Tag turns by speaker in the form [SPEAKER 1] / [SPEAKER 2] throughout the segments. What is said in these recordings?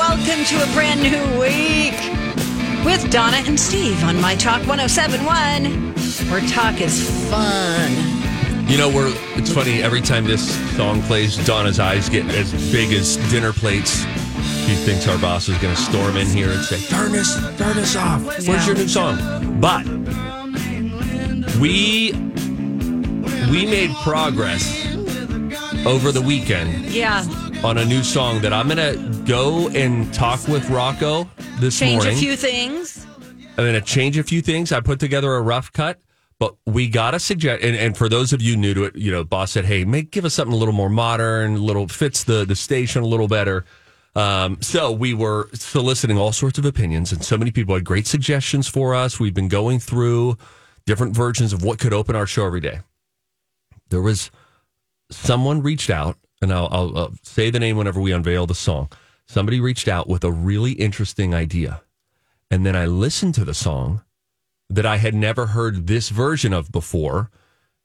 [SPEAKER 1] welcome to a brand new week with Donna and Steve on My Talk 1071, where talk is fun.
[SPEAKER 2] You know, we're it's funny every time this song plays, Donna's eyes get as big as dinner plates. She thinks our boss is going to storm in here and say, "Turn this, turn this off."
[SPEAKER 1] Yeah.
[SPEAKER 2] Where's your new song? But we we made progress over the weekend
[SPEAKER 1] Yeah,
[SPEAKER 2] on a new song that I'm going to go and talk with Rocco this
[SPEAKER 1] change
[SPEAKER 2] morning.
[SPEAKER 1] a few things.
[SPEAKER 2] I'm going to change a few things. I put together a rough cut, but we got a suggest. And, and for those of you new to it, you know, boss said, "Hey, make give us something a little more modern, a little fits the the station a little better." Um, so we were soliciting all sorts of opinions, and so many people had great suggestions for us. We've been going through different versions of what could open our show every day. There was someone reached out, and I'll, I'll, I'll say the name whenever we unveil the song. Somebody reached out with a really interesting idea. And then I listened to the song that I had never heard this version of before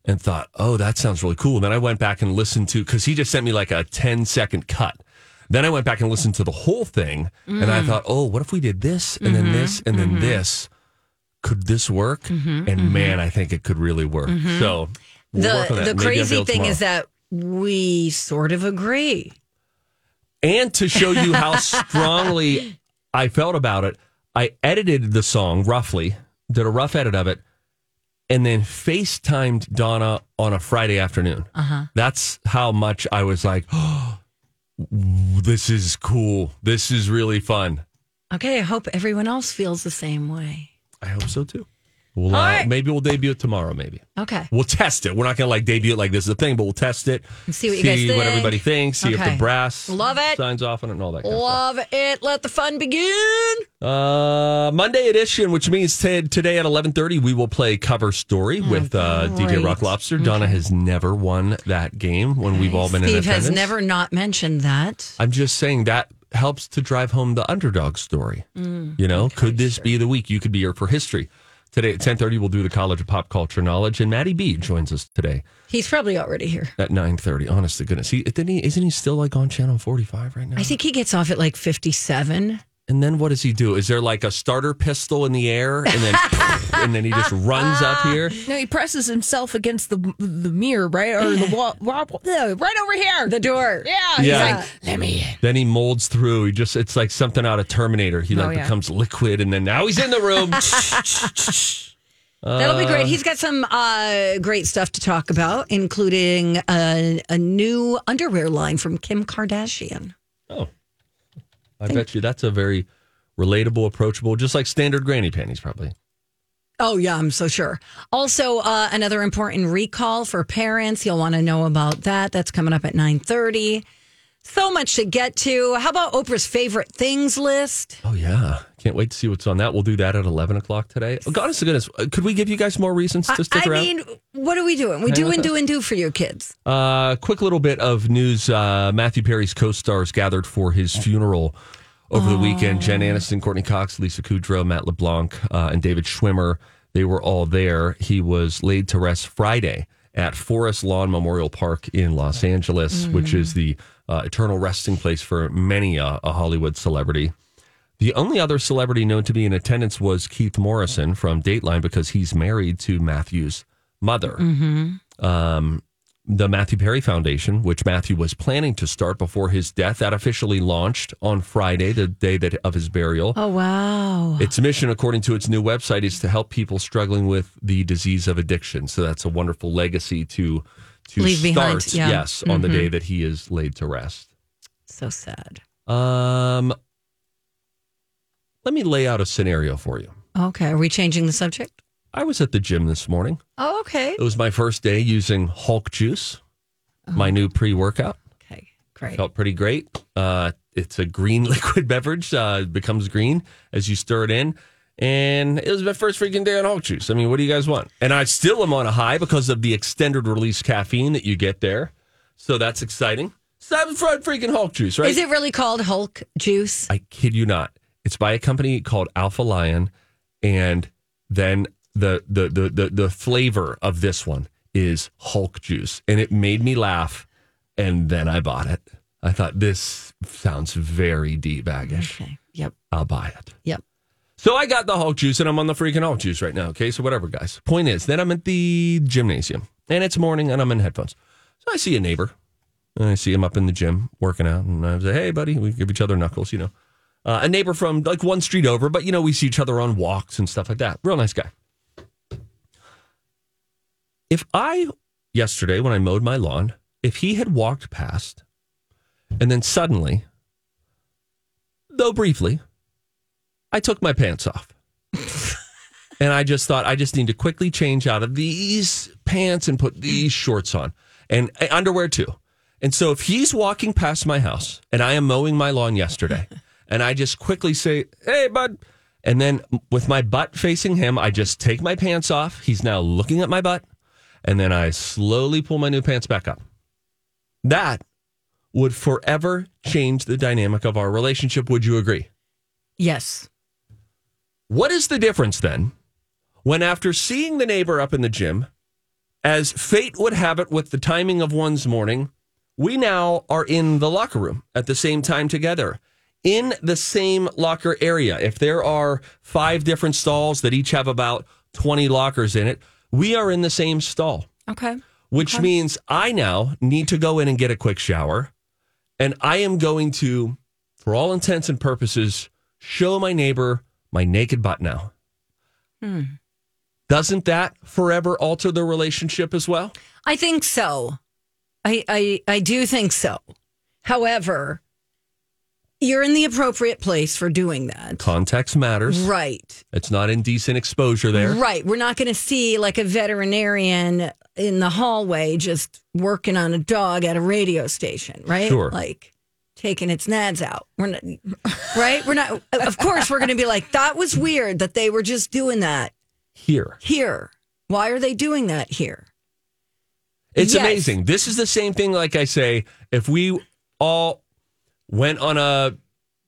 [SPEAKER 2] and thought, oh, that sounds really cool. And then I went back and listened to, because he just sent me like a 10 second cut. Then I went back and listened to the whole thing. And
[SPEAKER 1] Mm.
[SPEAKER 2] I thought, oh, what if we did this and
[SPEAKER 1] Mm-hmm.
[SPEAKER 2] then this and then this? Could this work? and man, I think it could really work. So we'll work on
[SPEAKER 1] Mm-hmm. The
[SPEAKER 2] that.
[SPEAKER 1] the
[SPEAKER 2] Maybe
[SPEAKER 1] crazy
[SPEAKER 2] unveil
[SPEAKER 1] thing
[SPEAKER 2] tomorrow.
[SPEAKER 1] is that we sort of agree.
[SPEAKER 2] and to show you how strongly I felt about it, I edited the song roughly, did a rough edit of it, and then FaceTimed Donna on a Friday afternoon. Uh-huh. That's how much I was like, oh, this is cool. This is really fun.
[SPEAKER 1] Okay, I hope everyone else feels the same way.
[SPEAKER 2] I hope so too.
[SPEAKER 1] All
[SPEAKER 2] We'll, uh,
[SPEAKER 1] right.
[SPEAKER 2] Maybe we'll debut it tomorrow, maybe.
[SPEAKER 1] Okay.
[SPEAKER 2] We'll test it. We're not going to like debut it like this is a thing, but we'll test it.
[SPEAKER 1] And see what you guys think.
[SPEAKER 2] everybody thinks. See if
[SPEAKER 1] Okay.
[SPEAKER 2] the brass
[SPEAKER 1] Love it.
[SPEAKER 2] signs off on it and all that. Kind of stuff.
[SPEAKER 1] Love it. Let the fun begin.
[SPEAKER 2] Uh, Monday edition, which means t- today at eleven thirty, we will play cover story with uh,
[SPEAKER 1] Hmm. Oh, great.
[SPEAKER 2] DJ Rock Lobster. Donna has never won that game when we've all been in
[SPEAKER 1] Steve
[SPEAKER 2] attendance.
[SPEAKER 1] has never not mentioned that.
[SPEAKER 2] I'm just saying that helps to drive home the underdog story.
[SPEAKER 1] Mm.
[SPEAKER 2] you know, could this be the week you could be here for history? Today at ten thirty, we'll do the College of Pop Culture Knowledge, and Maddie B joins us today
[SPEAKER 1] He's probably already here.
[SPEAKER 2] at nine thirty. Honest to goodness, he, didn't he isn't he still like on channel forty five right now?
[SPEAKER 1] I think he gets off at like 57.
[SPEAKER 2] And then what does he do? Is there like a starter pistol in the air, and then and then he just runs up here?
[SPEAKER 3] No, he presses himself against the the mirror, right, or the wall, wall- uh, right over here.
[SPEAKER 1] The door.
[SPEAKER 3] yeah, he's
[SPEAKER 2] Yeah.
[SPEAKER 3] like, let me in.
[SPEAKER 2] Then he molds through. He just it's like something out of Terminator. He like
[SPEAKER 3] Oh, yeah.
[SPEAKER 2] becomes liquid, and then now he's in the room.
[SPEAKER 1] That'll be great. He's got some uh, great stuff to talk about, including a, a new underwear line from Kim Kardashian.
[SPEAKER 2] oh, I bet you that's a very relatable, approachable, just like standard granny panties, probably.
[SPEAKER 1] Oh, yeah, I'm so sure. Also, uh, another important recall for parents. You'll want to know about that. That's coming up at 930. So much to get to. How about Oprah's favorite things list?
[SPEAKER 2] Oh yeah, can't wait to see what's on that. We'll do that at eleven o'clock today. Oh, honest to goodness, uh, could we give you guys more reasons to stick
[SPEAKER 1] I
[SPEAKER 2] around?
[SPEAKER 1] mean, what are we doing? We do and do and do for your kids.
[SPEAKER 2] Uh, quick little bit of news. Uh, Matthew Perry's co-stars gathered for his funeral over the weekend. Jen Aniston, Courtney Cox, Lisa Kudrow, Matt LeBlanc, uh, and David Schwimmer. They were all there. He was laid to rest Friday at Forest Lawn Memorial Park in Los Angeles, which is the uh, eternal resting place for many uh, a Hollywood celebrity. The only other celebrity known to be in attendance was Keith Morrison from Dateline because he's married to Matthew's mother
[SPEAKER 1] Mm-hmm.
[SPEAKER 2] Um, the Matthew Perry Foundation, which Matthew was planning to start before his death, that officially launched on Friday, the day that of his burial.
[SPEAKER 1] Oh, wow.
[SPEAKER 2] Its mission, according to its new website, is to help people struggling with the disease of addiction. So that's a wonderful legacy to to
[SPEAKER 1] Leave
[SPEAKER 2] start.
[SPEAKER 1] behind, yeah. Mm-hmm.
[SPEAKER 2] Yes, on the day that he is laid to rest.
[SPEAKER 1] So sad.
[SPEAKER 2] Um, let me lay out a scenario for you.
[SPEAKER 1] Okay. Are we changing the subject?
[SPEAKER 2] I was at the gym this morning.
[SPEAKER 1] Oh, okay.
[SPEAKER 2] It was my first day using Hulk Juice, my new pre workout.
[SPEAKER 1] Okay. Great.
[SPEAKER 2] Felt pretty great. Uh, it's a green liquid beverage. Uh, it becomes green as you stir it in. And it was my first freaking day on Hulk juice. I mean, what do you guys want? And I still am on a high because of the extended release caffeine that you get there. So that's exciting. Seven front freaking Hulk juice, right?
[SPEAKER 1] Is it really called Hulk juice?
[SPEAKER 2] I kid you not. It's by a company called Alpha Lion, and then the the the the, the flavor of this one is Hulk juice, and it made me laugh. And then I bought it. I thought this sounds very deep, Aggish.
[SPEAKER 1] Okay. Yep.
[SPEAKER 2] I'll buy it.
[SPEAKER 1] Yep.
[SPEAKER 2] So I got the Hulk juice and I'm on the freaking Hulk juice right now. Okay. So whatever, guys. Point is, then I'm at the gymnasium and it's morning and I'm in headphones. So I see a neighbor and I see him up in the gym working out. And I say, hey, buddy, we give each other knuckles, you know. Uh, a neighbor from like one street over, but you know, we see each other on walks and stuff like that. Real nice guy. If I, yesterday when I mowed my lawn, if he had walked past and then suddenly, though briefly, I took my pants off. and I just thought I just need to quickly change out of these pants and put these shorts on and uh, underwear too. And so if he's walking past my house and I am mowing my lawn yesterday and I just quickly say, "Hey, bud." And then with my butt facing him, I just take my pants off. He's now looking at my butt and then I slowly pull my new pants back up. That would forever change the dynamic of our relationship, would you agree?
[SPEAKER 1] Yes.
[SPEAKER 2] What is the difference then when, after seeing the neighbor up in the gym, as fate would have it with the timing of one's morning, we now are in the locker room at the same time together, in the same locker area. If there are five different stalls that each have about 20 lockers in it, we are in the same stall
[SPEAKER 1] Okay.
[SPEAKER 2] which
[SPEAKER 1] Uh-huh.
[SPEAKER 2] means I now need to go in and get a quick shower. And I am going to, for all intents and purposes, show my neighbor my naked butt now.
[SPEAKER 1] Hmm.
[SPEAKER 2] Doesn't that forever alter the relationship as well?
[SPEAKER 1] I think so. I, I I do think so. However, you're in the appropriate place for doing that.
[SPEAKER 2] Context matters.
[SPEAKER 1] Right.
[SPEAKER 2] It's not indecent exposure there.
[SPEAKER 1] Right. We're not going to see like a veterinarian in the hallway just working on a dog at a radio station, right?
[SPEAKER 2] Sure.
[SPEAKER 1] Like taking its nads out. We're not, right? We're not Of course we're going to be like that was weird that they were just doing that
[SPEAKER 2] Here.
[SPEAKER 1] here. Why are they doing that here?
[SPEAKER 2] It's
[SPEAKER 1] Yes.
[SPEAKER 2] amazing. This is the same thing, like I say, if we all went on a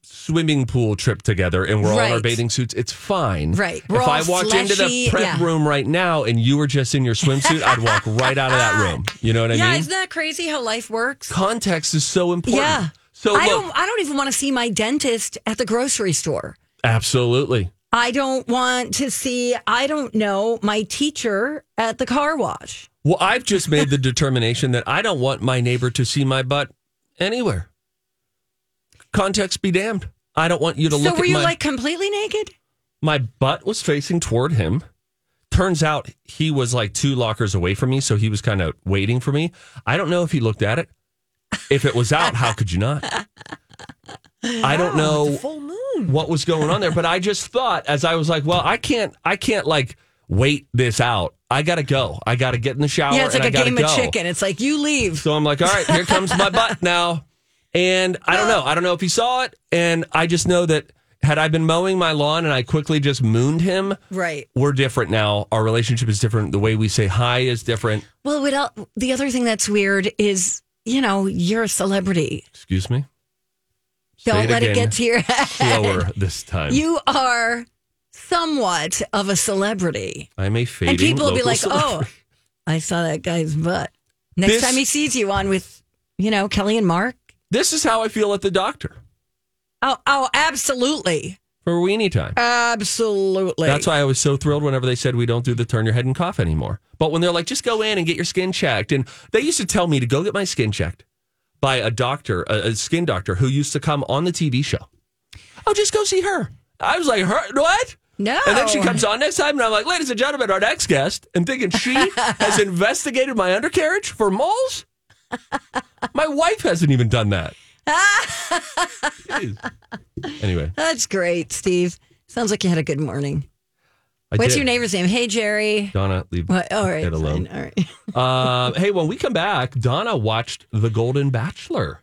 [SPEAKER 2] swimming pool trip together and we're all in our
[SPEAKER 1] Right.
[SPEAKER 2] bathing suits, it's fine.
[SPEAKER 1] Right. We're
[SPEAKER 2] if I
[SPEAKER 1] all
[SPEAKER 2] walked into the
[SPEAKER 1] fleshy,
[SPEAKER 2] prep
[SPEAKER 1] yeah.
[SPEAKER 2] room right now and you were just in your swimsuit, I'd walk right out of that room. You know what I
[SPEAKER 1] yeah,
[SPEAKER 2] mean?
[SPEAKER 1] isn't that crazy how life works?
[SPEAKER 2] Context is so important.
[SPEAKER 1] Yeah.
[SPEAKER 2] So
[SPEAKER 1] I
[SPEAKER 2] look,
[SPEAKER 1] don't I don't even want to see my dentist at the grocery store.
[SPEAKER 2] absolutely.
[SPEAKER 1] I don't want to see I don't know my teacher at the car wash.
[SPEAKER 2] Well, I've just made the determination that I don't want my neighbor to see my butt anywhere. Context be damned. I don't want you to
[SPEAKER 1] So
[SPEAKER 2] look
[SPEAKER 1] were
[SPEAKER 2] at
[SPEAKER 1] you
[SPEAKER 2] my
[SPEAKER 1] like completely naked?
[SPEAKER 2] my butt was facing toward him. Turns out he was like two lockers away from me, so he was kind of waiting for me. I don't know if he looked at it. If it was out, how could you not? I don't
[SPEAKER 1] Oh,
[SPEAKER 3] It's a
[SPEAKER 2] know
[SPEAKER 3] full moon.
[SPEAKER 2] what was going on there, but I just thought as I was like, well, I can't, I can't like wait this out. I gotta go. I gotta get in the shower.
[SPEAKER 1] yeah, it's like
[SPEAKER 2] and
[SPEAKER 1] a
[SPEAKER 2] I gotta
[SPEAKER 1] game
[SPEAKER 2] go.
[SPEAKER 1] of chicken. It's like you leave.
[SPEAKER 2] So I'm like, all right, here comes my butt now. And I don't know. I don't know if he saw it. And I just know that had I been mowing my lawn and I quickly just mooned him,
[SPEAKER 1] Right.
[SPEAKER 2] we're different now. Our relationship is different. The way we say hi is different.
[SPEAKER 1] Well, what el- the other thing that's weird is, you know, you're a celebrity.
[SPEAKER 2] Excuse me. Say
[SPEAKER 1] Don't let it
[SPEAKER 2] again.
[SPEAKER 1] get to your head.
[SPEAKER 2] slower this time.
[SPEAKER 1] You are somewhat of a celebrity.
[SPEAKER 2] I'm a fading.
[SPEAKER 1] and people will be
[SPEAKER 2] local
[SPEAKER 1] like,
[SPEAKER 2] celebrity.
[SPEAKER 1] "Oh, I saw that guy's butt." Next
[SPEAKER 2] This-
[SPEAKER 1] time he sees you on with, you know, Kelly and Mark.
[SPEAKER 2] this is how I feel at the doctor
[SPEAKER 1] Oh, oh, absolutely,
[SPEAKER 2] for weenie time."
[SPEAKER 1] absolutely.
[SPEAKER 2] That's why I was so thrilled whenever they said we don't do the turn your head and cough anymore. But when they're like, just go in and get your skin checked, and they used to tell me to go get my skin checked by a doctor, a, a skin doctor who used to come on the TV show. Oh, just go see her. I was like, her what?
[SPEAKER 1] No.
[SPEAKER 2] And then she comes on next time, and I'm like, ladies and gentlemen, our next guest, and thinking she has investigated my undercarriage for moles. My wife hasn't even done that. Jeez. anyway,
[SPEAKER 1] That's great, Steve. Sounds like you had a good morning.
[SPEAKER 2] I
[SPEAKER 1] What's
[SPEAKER 2] did.
[SPEAKER 1] your neighbor's name? Hey, Jerry.
[SPEAKER 2] Donna, leave
[SPEAKER 1] What? All right,
[SPEAKER 2] it alone.
[SPEAKER 1] fine, all right.
[SPEAKER 2] Uh, hey, when we come back, Donna watched The Golden Bachelor.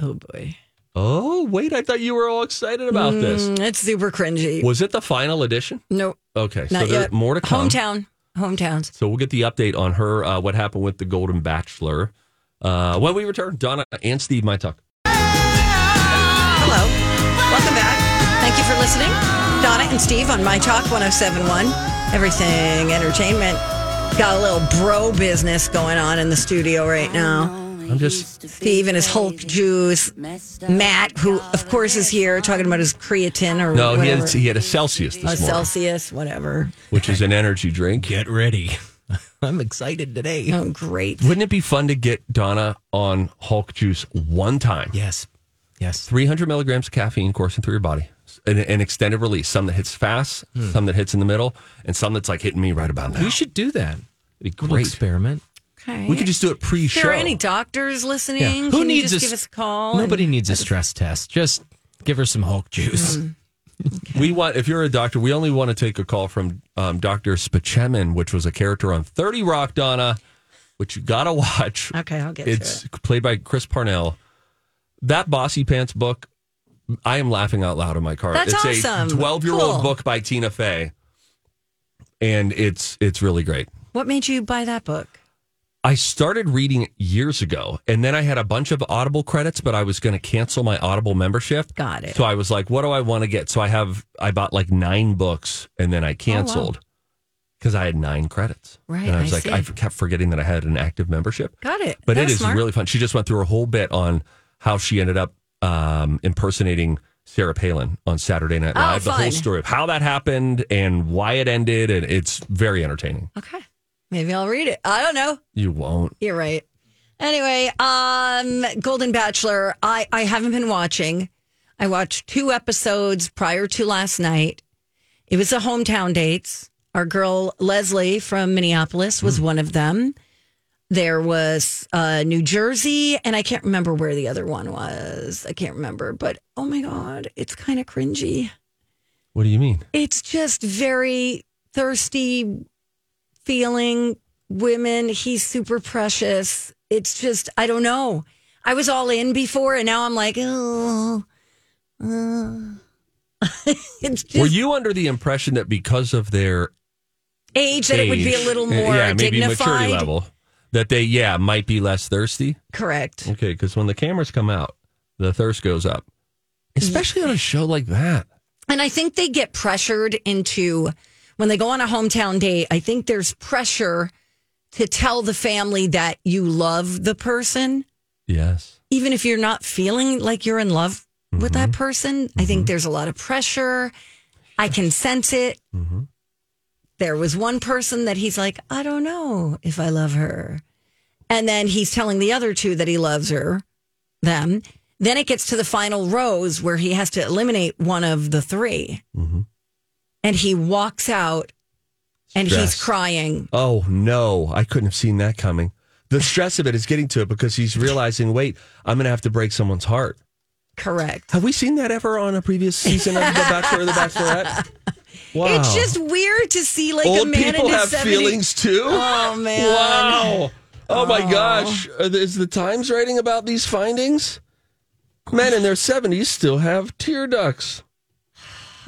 [SPEAKER 1] Oh boy,
[SPEAKER 2] Oh, wait, I thought you were all excited about this.
[SPEAKER 1] Mm, it's super cringy.
[SPEAKER 2] Was it the final edition?
[SPEAKER 1] No,
[SPEAKER 2] Okay, so
[SPEAKER 1] not
[SPEAKER 2] there's
[SPEAKER 1] yet.
[SPEAKER 2] more to come.
[SPEAKER 1] Hometown, hometowns.
[SPEAKER 2] So we'll get the update on her, uh, what happened with The Golden Bachelor. Uh, when we return, Donna and Steve might talk.
[SPEAKER 1] Hello. Welcome back. Thank you for listening. Donna and Steve on My Talk 1071. Everything entertainment. Got a little bro business going on in the studio right now.
[SPEAKER 2] I'm just
[SPEAKER 1] Steve and his Hulk Jews. Matt, who of course is here talking about his creatine or
[SPEAKER 2] no. He
[SPEAKER 1] whatever.
[SPEAKER 2] had he had a Celsius
[SPEAKER 1] a
[SPEAKER 2] this morning,
[SPEAKER 1] Celsius, whatever.
[SPEAKER 2] which is an energy drink.
[SPEAKER 4] Get ready. I'm excited today.
[SPEAKER 1] Oh, great.
[SPEAKER 2] Wouldn't it be fun to get Donna on Hulk juice one time?
[SPEAKER 4] Yes. Yes.
[SPEAKER 2] 300 milligrams of caffeine coursing through your body, an, an extended release. Some that hits fast,
[SPEAKER 1] Hmm.
[SPEAKER 2] some that hits in the middle, and some that's like hitting me right about now.
[SPEAKER 4] We should do that.
[SPEAKER 2] It'd be
[SPEAKER 4] Little
[SPEAKER 2] great.
[SPEAKER 4] experiment.
[SPEAKER 1] Okay.
[SPEAKER 2] We could just do it
[SPEAKER 1] If
[SPEAKER 2] pre-show.
[SPEAKER 1] there are any doctors listening,
[SPEAKER 4] Yeah.
[SPEAKER 1] can
[SPEAKER 4] Who
[SPEAKER 1] you
[SPEAKER 4] needs
[SPEAKER 1] just
[SPEAKER 4] a,
[SPEAKER 1] give us a Mm. call?
[SPEAKER 4] Nobody needs a stress test. Just give her some Hulk juice.
[SPEAKER 2] We want if you're a doctor, we only want to take a call from um, Doctor Spachemin, which was a character on Thirty Rock, Donna, which you gotta watch.
[SPEAKER 1] And, okay, I'll get
[SPEAKER 2] It's
[SPEAKER 1] to it.
[SPEAKER 2] played by Chris Parnell. That Bossy Pants book, I am laughing out loud in my car.
[SPEAKER 1] That's
[SPEAKER 2] it's
[SPEAKER 1] awesome.
[SPEAKER 2] a 12 year old
[SPEAKER 1] Cool.
[SPEAKER 2] book by Tina Fey. And it's it's really great.
[SPEAKER 1] What made you buy that book?
[SPEAKER 2] I started reading it years ago, and then I had a bunch of Audible credits, but I was going to cancel my Audible membership.
[SPEAKER 1] Got it.
[SPEAKER 2] So I was like, "What do I want to get?" So I have I bought like nine books, and then I canceled because I had nine credits.
[SPEAKER 1] Oh, Right,
[SPEAKER 2] and I was
[SPEAKER 1] I
[SPEAKER 2] like,
[SPEAKER 1] see.
[SPEAKER 2] I kept forgetting that I had an active membership.
[SPEAKER 1] Got it.
[SPEAKER 2] But
[SPEAKER 1] That
[SPEAKER 2] it
[SPEAKER 1] was
[SPEAKER 2] is
[SPEAKER 1] smart.
[SPEAKER 2] really fun. She just went through a whole bit on how she ended up um, impersonating Sarah Palin on Saturday Night
[SPEAKER 1] Oh,
[SPEAKER 2] Live. The
[SPEAKER 1] fun.
[SPEAKER 2] whole story of how that happened and why it ended, and it's very entertaining.
[SPEAKER 1] Okay. Maybe I'll read it. I don't know.
[SPEAKER 2] You won't.
[SPEAKER 1] You're right. Anyway, um, Golden Bachelor, I, I haven't been watching. I watched two episodes prior to last night. It was a hometown dates. Our girl Leslie from Minneapolis was one of them. There was uh, New Jersey, and I can't remember where the other one was. I can't remember, but oh my God, it's kind of cringy.
[SPEAKER 2] What do you mean?
[SPEAKER 1] It's just very thirsty feeling women. He's super precious. It's just, I don't know. I was all in before and now I'm like, oh. uh." it's just
[SPEAKER 2] Were you under the impression that because of their
[SPEAKER 1] age that it would be a
[SPEAKER 2] age, eh,
[SPEAKER 1] little more
[SPEAKER 2] yeah, maybe
[SPEAKER 1] dignified.
[SPEAKER 2] maturity level, that they yeah might be less thirsty?
[SPEAKER 1] Correct.
[SPEAKER 2] Okay, because when the cameras come out, the thirst goes up, especially on a show like that.
[SPEAKER 1] And I think they get pressured into when they go on a hometown date. I think there's pressure to tell the family that you love the person.
[SPEAKER 2] Yes,
[SPEAKER 1] even if you're not feeling like you're in love with that
[SPEAKER 2] Mm-hmm.
[SPEAKER 1] person, I think there's a lot of pressure. I can sense it.
[SPEAKER 2] Mm-hmm.
[SPEAKER 1] There was one person that he's like, I don't know if I love her. And then he's telling the other two that he loves her, them. Then it gets to the final rose where he has to eliminate one of the 3
[SPEAKER 2] Mm-hmm.
[SPEAKER 1] And he walks out and he's
[SPEAKER 2] Stressed.
[SPEAKER 1] crying.
[SPEAKER 2] Oh no, I couldn't have seen that coming. The stress of it is getting to it because he's realizing, wait, I'm going to have to break someone's heart.
[SPEAKER 1] Correct.
[SPEAKER 2] Have we seen that ever on a previous season of The Bachelor or The Bachelorette? Wow.
[SPEAKER 1] It's just weird to see like a
[SPEAKER 2] old
[SPEAKER 1] man
[SPEAKER 2] people
[SPEAKER 1] in his
[SPEAKER 2] have
[SPEAKER 1] 70s.
[SPEAKER 2] feelings too.
[SPEAKER 1] Oh, man.
[SPEAKER 2] Wow. Oh my gosh. Are th- Is the Times writing about these findings? Men in their 70s still have tear ducts.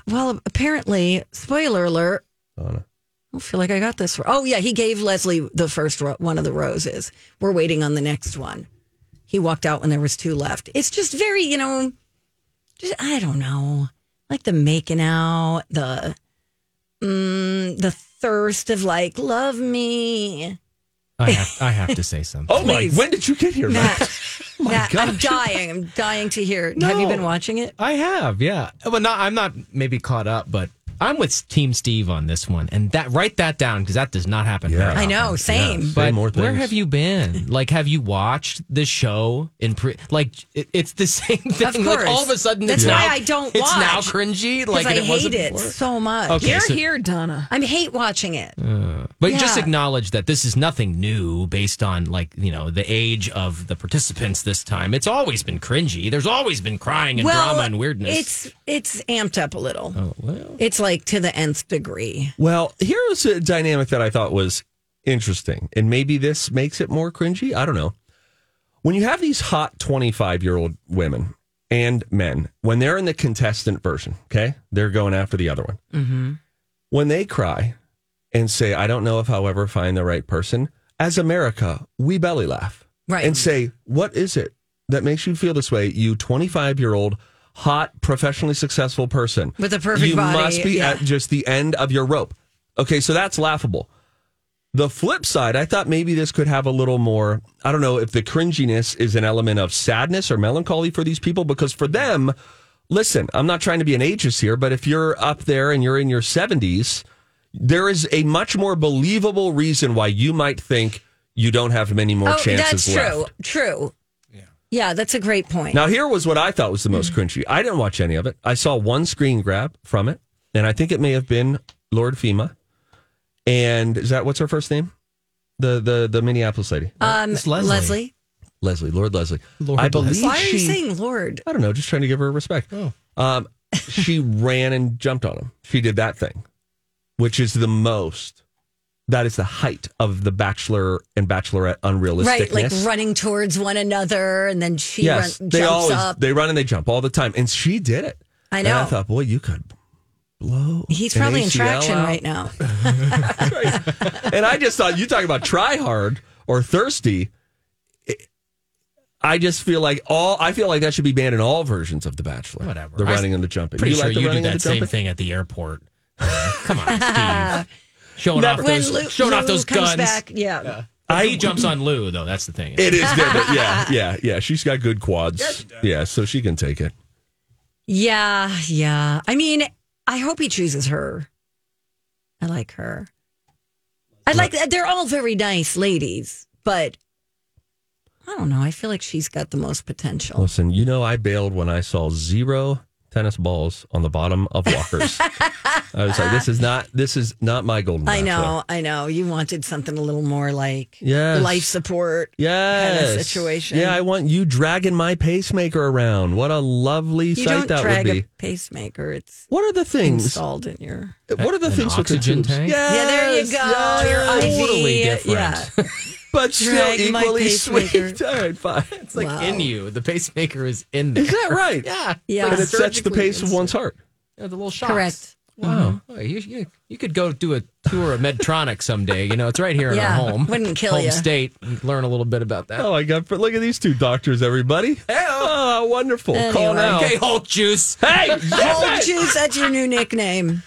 [SPEAKER 1] Well, apparently, spoiler alert.
[SPEAKER 2] Donna.
[SPEAKER 1] I don't feel like I got this. Oh yeah, he gave Leslie the first ro- one of the roses. We're waiting on the next one. He walked out when there was two left. It's just very, you know, just I don't know, like the making out, the mm, the thirst of like love me.
[SPEAKER 4] I have I have to say something.
[SPEAKER 2] Oh my,
[SPEAKER 1] Please.
[SPEAKER 2] when did you get here, Matt?
[SPEAKER 1] Matt, Matt I'm dying. I'm dying to hear. it. Have you
[SPEAKER 4] No.
[SPEAKER 1] been watching it?
[SPEAKER 4] I have, yeah. Well, not I'm not maybe caught up, but I'm with Team Steve on this one, and that write that down because that does not happen. very
[SPEAKER 2] Yeah.
[SPEAKER 1] I know.
[SPEAKER 4] often.
[SPEAKER 1] Same.
[SPEAKER 2] Yes. Say
[SPEAKER 4] But
[SPEAKER 2] more
[SPEAKER 4] where
[SPEAKER 2] things.
[SPEAKER 4] have you been? Like, have you watched the show in pre? Like, it, it's the same
[SPEAKER 1] course.
[SPEAKER 4] thing. Like, all of a sudden,
[SPEAKER 1] That's
[SPEAKER 4] it's
[SPEAKER 1] why
[SPEAKER 4] now,
[SPEAKER 1] I don't
[SPEAKER 4] It's now
[SPEAKER 1] watch.
[SPEAKER 4] cringy.
[SPEAKER 1] 'Cause
[SPEAKER 4] Like, and
[SPEAKER 1] I
[SPEAKER 4] it wasn't
[SPEAKER 1] hate it
[SPEAKER 4] before.
[SPEAKER 1] so much.
[SPEAKER 4] Okay,
[SPEAKER 3] You're
[SPEAKER 4] so-
[SPEAKER 3] here, Donna.
[SPEAKER 1] I hate watching it.
[SPEAKER 4] But just
[SPEAKER 1] Yeah.
[SPEAKER 4] acknowledge that this is nothing new based on like, you know, the age of the participants this time. It's always been cringy. There's always been crying and drama and weirdness.
[SPEAKER 1] It's it's amped up a little.
[SPEAKER 4] oh, well.
[SPEAKER 1] It's like to the nth degree.
[SPEAKER 2] Well, here was a dynamic that I thought was interesting, and maybe this makes it more cringy. I don't know. When you have these hot 25 year old women and men, when they're in the contestant version, okay, they're going after the other one. When they cry and say, I don't know if I'll ever find the right person, as America, we belly laugh
[SPEAKER 1] Right.
[SPEAKER 2] and say, What is it that makes you feel this way, you 25 year old? Hot, professionally successful person
[SPEAKER 1] With a perfect
[SPEAKER 2] you
[SPEAKER 1] body,
[SPEAKER 2] must be
[SPEAKER 1] yeah.
[SPEAKER 2] at just the end of your rope. Okay, so that's laughable. The flip side, I thought maybe this could have a little more. I don't know if the cringiness is an element of sadness or melancholy for these people, because for them, listen, I'm not trying to be an ageist here, but if you're up there and you're in your 70s, there is a much more believable reason why you might think you don't have many more
[SPEAKER 1] Oh, that's
[SPEAKER 2] chances left.
[SPEAKER 1] true. True. Yeah. that's a great point.
[SPEAKER 2] Now, here was what I thought was the most
[SPEAKER 1] Hmm.
[SPEAKER 2] cringy. I didn't watch any of it. I saw one screen grab from it, and I think it may have been Lord FEMA. And is that what's her first name? The the the Minneapolis lady,
[SPEAKER 1] um,
[SPEAKER 4] It's
[SPEAKER 1] Leslie.
[SPEAKER 4] Leslie.
[SPEAKER 2] Leslie, Lord Leslie.
[SPEAKER 4] Lord
[SPEAKER 2] I believe
[SPEAKER 4] Leslie.
[SPEAKER 1] Why are you
[SPEAKER 2] she-
[SPEAKER 1] saying Lord?
[SPEAKER 2] I don't know, just trying to give her respect.
[SPEAKER 4] Oh.
[SPEAKER 2] Um, she ran and jumped on him. She did that thing, which is the most. That is the height of the bachelor and bachelorette unrealisticness.
[SPEAKER 1] Right, like running towards one another, and then she
[SPEAKER 2] yes,
[SPEAKER 1] run,
[SPEAKER 2] they
[SPEAKER 1] jumps
[SPEAKER 2] always
[SPEAKER 1] up.
[SPEAKER 2] they run and they jump all the time, and she did it.
[SPEAKER 1] I
[SPEAKER 2] And I
[SPEAKER 1] know.
[SPEAKER 2] thought, boy, you could blow.
[SPEAKER 1] He's
[SPEAKER 2] an
[SPEAKER 1] probably in
[SPEAKER 2] ACL
[SPEAKER 1] traction
[SPEAKER 2] out.
[SPEAKER 1] right now.
[SPEAKER 2] and I just thought, you talk about try hard or thirsty. I just feel like all I feel like that should be banned in all versions of The Bachelor.
[SPEAKER 4] Whatever.
[SPEAKER 2] The
[SPEAKER 4] I-
[SPEAKER 2] running and the jumping.
[SPEAKER 4] Pretty
[SPEAKER 2] you
[SPEAKER 4] sure
[SPEAKER 2] like the
[SPEAKER 4] you do
[SPEAKER 2] running
[SPEAKER 4] that
[SPEAKER 2] and the
[SPEAKER 4] same
[SPEAKER 2] jumping?
[SPEAKER 4] thing at the airport. Uh, come on, Steve. Showing off
[SPEAKER 1] When
[SPEAKER 4] those,
[SPEAKER 1] Lou,
[SPEAKER 4] showing off
[SPEAKER 1] Lou
[SPEAKER 4] those
[SPEAKER 1] comes
[SPEAKER 4] guns.
[SPEAKER 1] back, yeah.
[SPEAKER 4] I, he jumps on Lou, though. That's the thing.
[SPEAKER 2] It is different. Yeah, yeah, yeah. She's got good quads. yeah, so she can take it.
[SPEAKER 1] Yeah, yeah. I mean, I hope he chooses her. I like her. I like they're all very nice ladies, but I don't know. I feel like she's got the most potential.
[SPEAKER 2] Listen, you know I bailed when I saw zero tennis balls on the bottom of walkers. I was like, this is not this is not my golden.
[SPEAKER 1] I
[SPEAKER 2] Bachelor.
[SPEAKER 1] know, I know. You wanted something a little more like
[SPEAKER 2] Yes.
[SPEAKER 1] life support.
[SPEAKER 2] Yes.
[SPEAKER 1] situation.
[SPEAKER 2] Yeah, I want you dragging my pacemaker around. What a lovely
[SPEAKER 1] You
[SPEAKER 2] sight
[SPEAKER 1] don't
[SPEAKER 2] that would
[SPEAKER 1] drag
[SPEAKER 2] be.
[SPEAKER 1] a pacemaker. It's
[SPEAKER 2] What are the things?
[SPEAKER 1] installed in your
[SPEAKER 2] What are the
[SPEAKER 4] An
[SPEAKER 2] things
[SPEAKER 4] oxygen
[SPEAKER 2] with the tubes?
[SPEAKER 4] tank?
[SPEAKER 2] Yes,
[SPEAKER 1] Yeah, there you go.
[SPEAKER 2] yes.
[SPEAKER 1] your IV.
[SPEAKER 4] totally different.
[SPEAKER 1] Yeah.
[SPEAKER 2] But still
[SPEAKER 1] Drag my
[SPEAKER 2] equally
[SPEAKER 1] pacemaker.
[SPEAKER 2] sweet. All right, fine.
[SPEAKER 4] It's like
[SPEAKER 1] Wow.
[SPEAKER 4] in you. The pacemaker is in there.
[SPEAKER 2] Is that right?
[SPEAKER 4] Yeah.
[SPEAKER 1] Yeah.
[SPEAKER 4] Like
[SPEAKER 2] And it sets the
[SPEAKER 4] surgically
[SPEAKER 2] pace of
[SPEAKER 4] inst-
[SPEAKER 2] one's heart.
[SPEAKER 4] yeah, the little shots.
[SPEAKER 1] Correct.
[SPEAKER 4] Wow. Oh, you, you, you could go do a tour of Medtronic someday. You know, it's right here in
[SPEAKER 1] Yeah,
[SPEAKER 4] our home.
[SPEAKER 1] wouldn't kill
[SPEAKER 4] home
[SPEAKER 1] ya.
[SPEAKER 4] state. Learn a little bit about that.
[SPEAKER 2] Oh my God! Look at these two doctors, everybody. Oh, wonderful. Call
[SPEAKER 1] Anyway.
[SPEAKER 2] now.
[SPEAKER 4] Okay, Hulk juice.
[SPEAKER 2] Hey,
[SPEAKER 1] Hulk juice. That's your new nickname.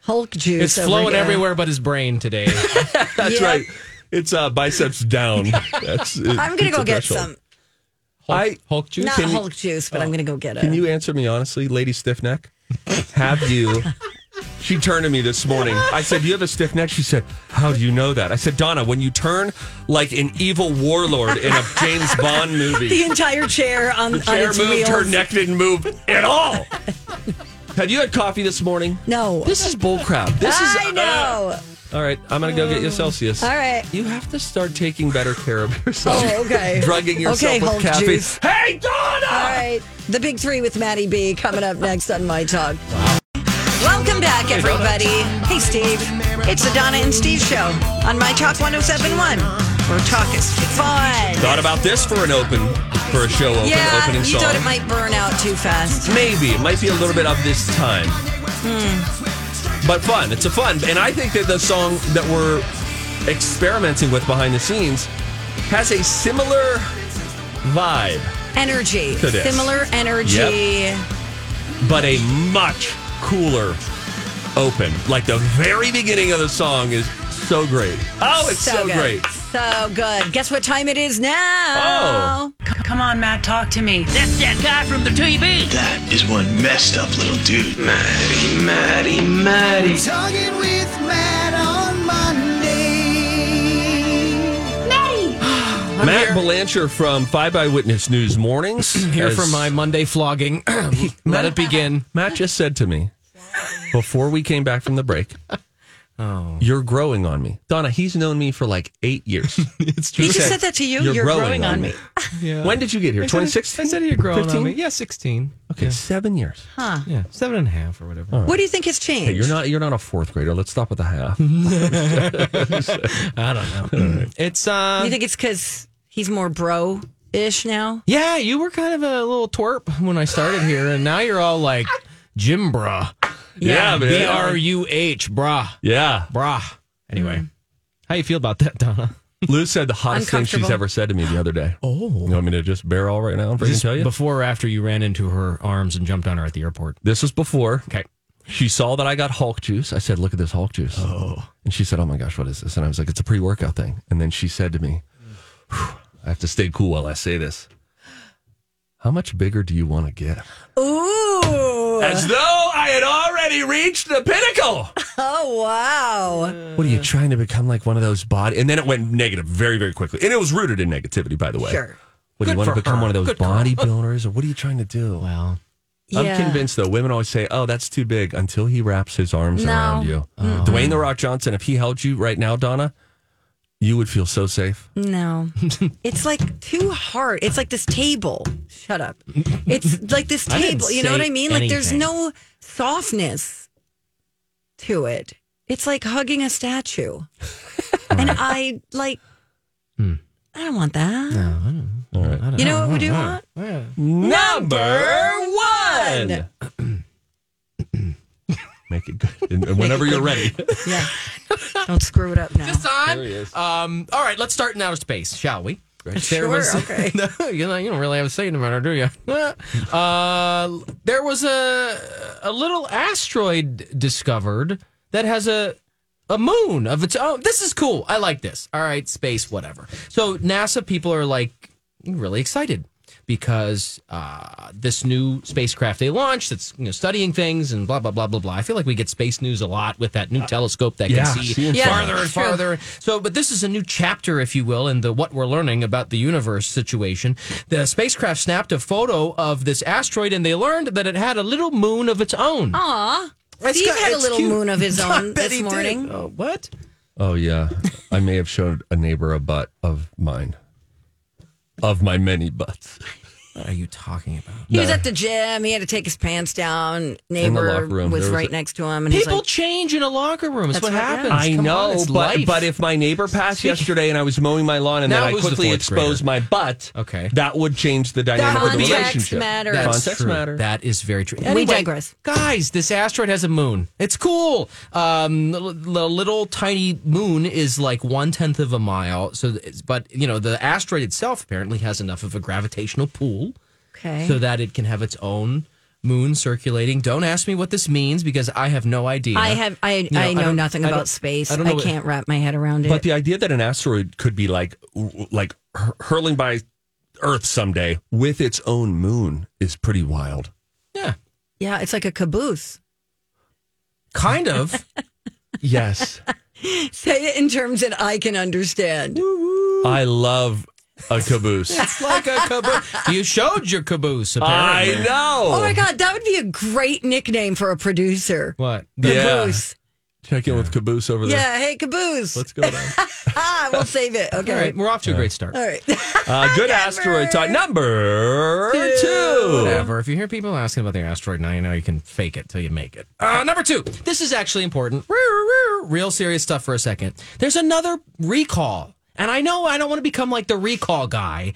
[SPEAKER 1] Hulk juice.
[SPEAKER 4] It's
[SPEAKER 1] over
[SPEAKER 4] flowing
[SPEAKER 1] here.
[SPEAKER 4] everywhere but his brain today.
[SPEAKER 2] that's
[SPEAKER 1] Yeah.
[SPEAKER 2] right. It's uh, biceps down. That's.
[SPEAKER 1] I'm gonna go get some.
[SPEAKER 2] I
[SPEAKER 4] Hulk juice.
[SPEAKER 1] Not
[SPEAKER 4] Can-
[SPEAKER 1] Hulk juice, but I'm gonna go get it.
[SPEAKER 2] Oh. Can you answer me honestly, Lady Stiffneck? Have you? She turned to me this morning. I said, "You have a stiff neck." She said, "How do you know that?" I said, "Donna, when you turn like an evil warlord in a James Bond
[SPEAKER 1] the
[SPEAKER 2] movie,
[SPEAKER 1] entire chair on,
[SPEAKER 2] the chair
[SPEAKER 1] on its
[SPEAKER 2] moved,
[SPEAKER 1] wheels.
[SPEAKER 2] her neck didn't move at all." have you had coffee this morning?
[SPEAKER 1] No.
[SPEAKER 2] This is bullcrap. This is.
[SPEAKER 1] I know.
[SPEAKER 2] all right, I'm gonna go get you a Celsius.
[SPEAKER 1] All right.
[SPEAKER 2] You have to start taking better care of yourself.
[SPEAKER 1] Oh, okay.
[SPEAKER 2] Drugging yourself
[SPEAKER 1] Okay,
[SPEAKER 2] with
[SPEAKER 1] Hulk
[SPEAKER 2] caffeine.
[SPEAKER 1] juice.
[SPEAKER 2] Hey, Donna!
[SPEAKER 1] All right. The big three with Maddie B coming up next on My Talk. Welcome back, everybody. Hey, Steve. It's the Donna and Steve show on My Talk 1071, where talk is fun.
[SPEAKER 2] Thought about this for an open, for a show open,
[SPEAKER 1] Yeah,
[SPEAKER 2] opening
[SPEAKER 1] you
[SPEAKER 2] song.
[SPEAKER 1] thought it might burn out too fast.
[SPEAKER 2] Maybe it might be a little bit of this time,
[SPEAKER 1] Hmm.
[SPEAKER 2] but fun. It's a fun, and I think that the song that we're experimenting with behind the scenes has a similar vibe,
[SPEAKER 1] Energy.
[SPEAKER 2] To this.
[SPEAKER 1] Similar energy.
[SPEAKER 2] but a much cooler open. Like the very beginning of the song is so great. Oh, it's so,
[SPEAKER 1] good.
[SPEAKER 2] great.
[SPEAKER 1] So good. Guess what time it is now? Oh.
[SPEAKER 5] Come on, Matt, talk to me.
[SPEAKER 6] That's that guy from the TV.
[SPEAKER 7] That is one messed up little dude.
[SPEAKER 8] Maddie, Maddie, Maddie.
[SPEAKER 9] Talking with Matt on Monday.
[SPEAKER 2] Matt Blancher from Five Eye Witness News Mornings
[SPEAKER 4] Here
[SPEAKER 2] has-
[SPEAKER 4] for my Monday flogging. Let it begin.
[SPEAKER 2] Matt just said to me before we came back from the break,
[SPEAKER 4] Oh.
[SPEAKER 2] you're growing on me. Donna, he's known me for like eight years.
[SPEAKER 4] It's
[SPEAKER 1] He just said that to you. You're, growing, on me.
[SPEAKER 2] When did you get here? 26?
[SPEAKER 4] I said you're growing
[SPEAKER 2] 15?
[SPEAKER 4] on me. Yeah, 16.
[SPEAKER 2] Okay, seven years.
[SPEAKER 4] Yeah, seven and a half or whatever.
[SPEAKER 1] What do you think has changed?
[SPEAKER 2] Hey, you're not you're not a fourth grader. Let's stop at the half.
[SPEAKER 4] I don't know. it's uh,
[SPEAKER 1] You think it's because he's more bro ish now?
[SPEAKER 4] yeah. You were kind of a little twerp when I started here, and now you're all like Jim bra,
[SPEAKER 2] Yeah,
[SPEAKER 4] B R U H bra,
[SPEAKER 2] Yeah.
[SPEAKER 4] bra. Anyway, how you feel about that, Donna?
[SPEAKER 2] Lou said the hottest thing she's
[SPEAKER 1] Uncomfortable.
[SPEAKER 2] ever said to me the other day. Oh. You want me to just bear all right now and freaking
[SPEAKER 4] Just
[SPEAKER 2] tell you?
[SPEAKER 4] Before or after you ran into her arms and jumped on her at the airport?
[SPEAKER 2] this was before.
[SPEAKER 4] Okay.
[SPEAKER 2] She saw that I got Hulk juice. I said, "Look at this Hulk juice." Oh. And she said, "Oh my gosh, what is this?" And I was like, "It's a pre-workout thing." And then she said to me, "Whew, "I have to stay cool while I say this. How much bigger do you want to get?"
[SPEAKER 1] Ooh.
[SPEAKER 4] Uh.
[SPEAKER 2] As though I had already reached the pinnacle.
[SPEAKER 1] Oh, wow.
[SPEAKER 2] What are
[SPEAKER 4] Uh.
[SPEAKER 2] you trying to become like one of those body? And then it went negative very, very quickly. And it was rooted in negativity, by the way.
[SPEAKER 1] Sure.
[SPEAKER 2] What do you
[SPEAKER 4] Good
[SPEAKER 2] want to
[SPEAKER 4] for
[SPEAKER 2] become
[SPEAKER 4] her.
[SPEAKER 2] one of those
[SPEAKER 4] Good girl.
[SPEAKER 2] bodybuilders, or what are you trying to do?
[SPEAKER 4] Well,
[SPEAKER 2] I'm convinced though. Women always say, "Oh, that's too big." Until he wraps his arms
[SPEAKER 1] No.
[SPEAKER 2] around you, Uh, Dwayne the Rock Johnson. If he held you right now, Donna, you would feel so safe.
[SPEAKER 1] No. it's like too hard. It's like this table. Shut up. It's like this
[SPEAKER 4] I didn't
[SPEAKER 1] table. You know
[SPEAKER 4] say
[SPEAKER 1] what I mean? Like there's
[SPEAKER 4] anything.
[SPEAKER 1] no softness to it. It's like hugging a statue. and I like
[SPEAKER 4] Hmm.
[SPEAKER 1] I don't want that. You know what we do want?
[SPEAKER 2] Number one. Make it good. And- and whenever you're ready.
[SPEAKER 1] Yeah. don't screw it up now.
[SPEAKER 4] This on. Um, all right, let's start in outer space, shall we? There
[SPEAKER 1] Sure,
[SPEAKER 4] was,
[SPEAKER 1] okay.
[SPEAKER 4] no, you know, you don't really have a say in the matter, do you? uh, there was a a little asteroid discovered that has a a moon of its own. This is cool. I like this. All right, space, whatever. So NASA people are like really excited because uh, this new spacecraft they launched that's you know studying things and blah blah blah blah blah. I feel like we get space news a lot with that new telescope that
[SPEAKER 2] yeah,
[SPEAKER 4] can see
[SPEAKER 2] seeing
[SPEAKER 1] stuff.
[SPEAKER 4] farther and
[SPEAKER 1] True.
[SPEAKER 4] farther further. So, but this is a new chapter, if you will, in the what we're learning about the universe situation. The spacecraft snapped a photo of this asteroid, and they learned that it had a little moon of its own.
[SPEAKER 1] Aw.
[SPEAKER 4] It's
[SPEAKER 1] Steve
[SPEAKER 4] got-
[SPEAKER 1] had a
[SPEAKER 4] it's
[SPEAKER 1] little
[SPEAKER 4] cute.
[SPEAKER 1] moon of his
[SPEAKER 4] I
[SPEAKER 1] own
[SPEAKER 4] bet
[SPEAKER 1] this
[SPEAKER 4] he did.
[SPEAKER 1] morning.
[SPEAKER 4] Oh, what?
[SPEAKER 2] Oh yeah, I may have showed a neighbor a butt of mine, of my many butts.
[SPEAKER 4] What are you talking about?
[SPEAKER 1] He was at the gym. He had to take his pants down. Neighbor
[SPEAKER 2] locker room,
[SPEAKER 1] was
[SPEAKER 2] there was
[SPEAKER 1] right
[SPEAKER 2] a-
[SPEAKER 1] next to him, and he's
[SPEAKER 4] People
[SPEAKER 1] like,
[SPEAKER 4] change in a locker room. It's
[SPEAKER 1] That's
[SPEAKER 4] what
[SPEAKER 1] right, yeah.
[SPEAKER 4] happens.
[SPEAKER 2] I
[SPEAKER 4] Come
[SPEAKER 2] know,
[SPEAKER 4] on, it's
[SPEAKER 2] but
[SPEAKER 4] life.
[SPEAKER 2] but if my neighbor passed yesterday and I was mowing my lawn and
[SPEAKER 4] Now
[SPEAKER 2] then I
[SPEAKER 4] it was the
[SPEAKER 2] quickly
[SPEAKER 4] fourth
[SPEAKER 2] exposed my butt,
[SPEAKER 4] Okay.
[SPEAKER 2] that would change the dynamic of the
[SPEAKER 1] Context
[SPEAKER 2] relationship.
[SPEAKER 1] matters.
[SPEAKER 4] That's
[SPEAKER 2] Context
[SPEAKER 4] true.
[SPEAKER 2] matter.
[SPEAKER 4] That is very true.
[SPEAKER 1] digress.
[SPEAKER 4] Guys, this asteroid has a moon. It's cool. Um, the, the little tiny moon is like one tenth of a mile. So, it's- but you know, the asteroid itself apparently has enough of a gravitational pull
[SPEAKER 1] "Okay,
[SPEAKER 4] so that it can have its own moon circulating. Don't ask me what this means because I have no idea.
[SPEAKER 1] I have I
[SPEAKER 4] know,
[SPEAKER 1] I
[SPEAKER 4] I
[SPEAKER 1] know
[SPEAKER 4] don't-
[SPEAKER 1] nothing
[SPEAKER 4] I
[SPEAKER 1] about
[SPEAKER 4] don't-
[SPEAKER 1] space.
[SPEAKER 4] I
[SPEAKER 1] I,
[SPEAKER 4] don't know what-
[SPEAKER 1] can't wrap my head around it.
[SPEAKER 2] But the idea that an asteroid could be like like hur- hurling by Earth someday with its own moon is pretty wild.
[SPEAKER 4] yeah,
[SPEAKER 1] yeah, it's like a caboose.
[SPEAKER 4] kind of.
[SPEAKER 2] Yes,
[SPEAKER 1] Say it in terms that I can understand.
[SPEAKER 2] I love a caboose.
[SPEAKER 4] it's like a caboose. You showed your caboose.
[SPEAKER 2] I
[SPEAKER 4] Apparently.
[SPEAKER 2] know.
[SPEAKER 1] Oh my god, that would be a great nickname for a producer.
[SPEAKER 4] What?
[SPEAKER 2] Yeah.
[SPEAKER 1] Caboose.
[SPEAKER 2] Check in with caboose over there.
[SPEAKER 1] Yeah, hey caboose.
[SPEAKER 2] Let's go down.
[SPEAKER 1] ah, we'll save it. Okay.
[SPEAKER 4] All right, we're off to a great start.
[SPEAKER 1] All right.
[SPEAKER 2] Uh, good asteroid talk number two.
[SPEAKER 4] Whatever. If you hear people asking about their asteroid, now you know you can fake it till you make it. Uh, number two. This is actually important. Real serious stuff for a second. There's another recall, and I know I don't want to become like the recall guy,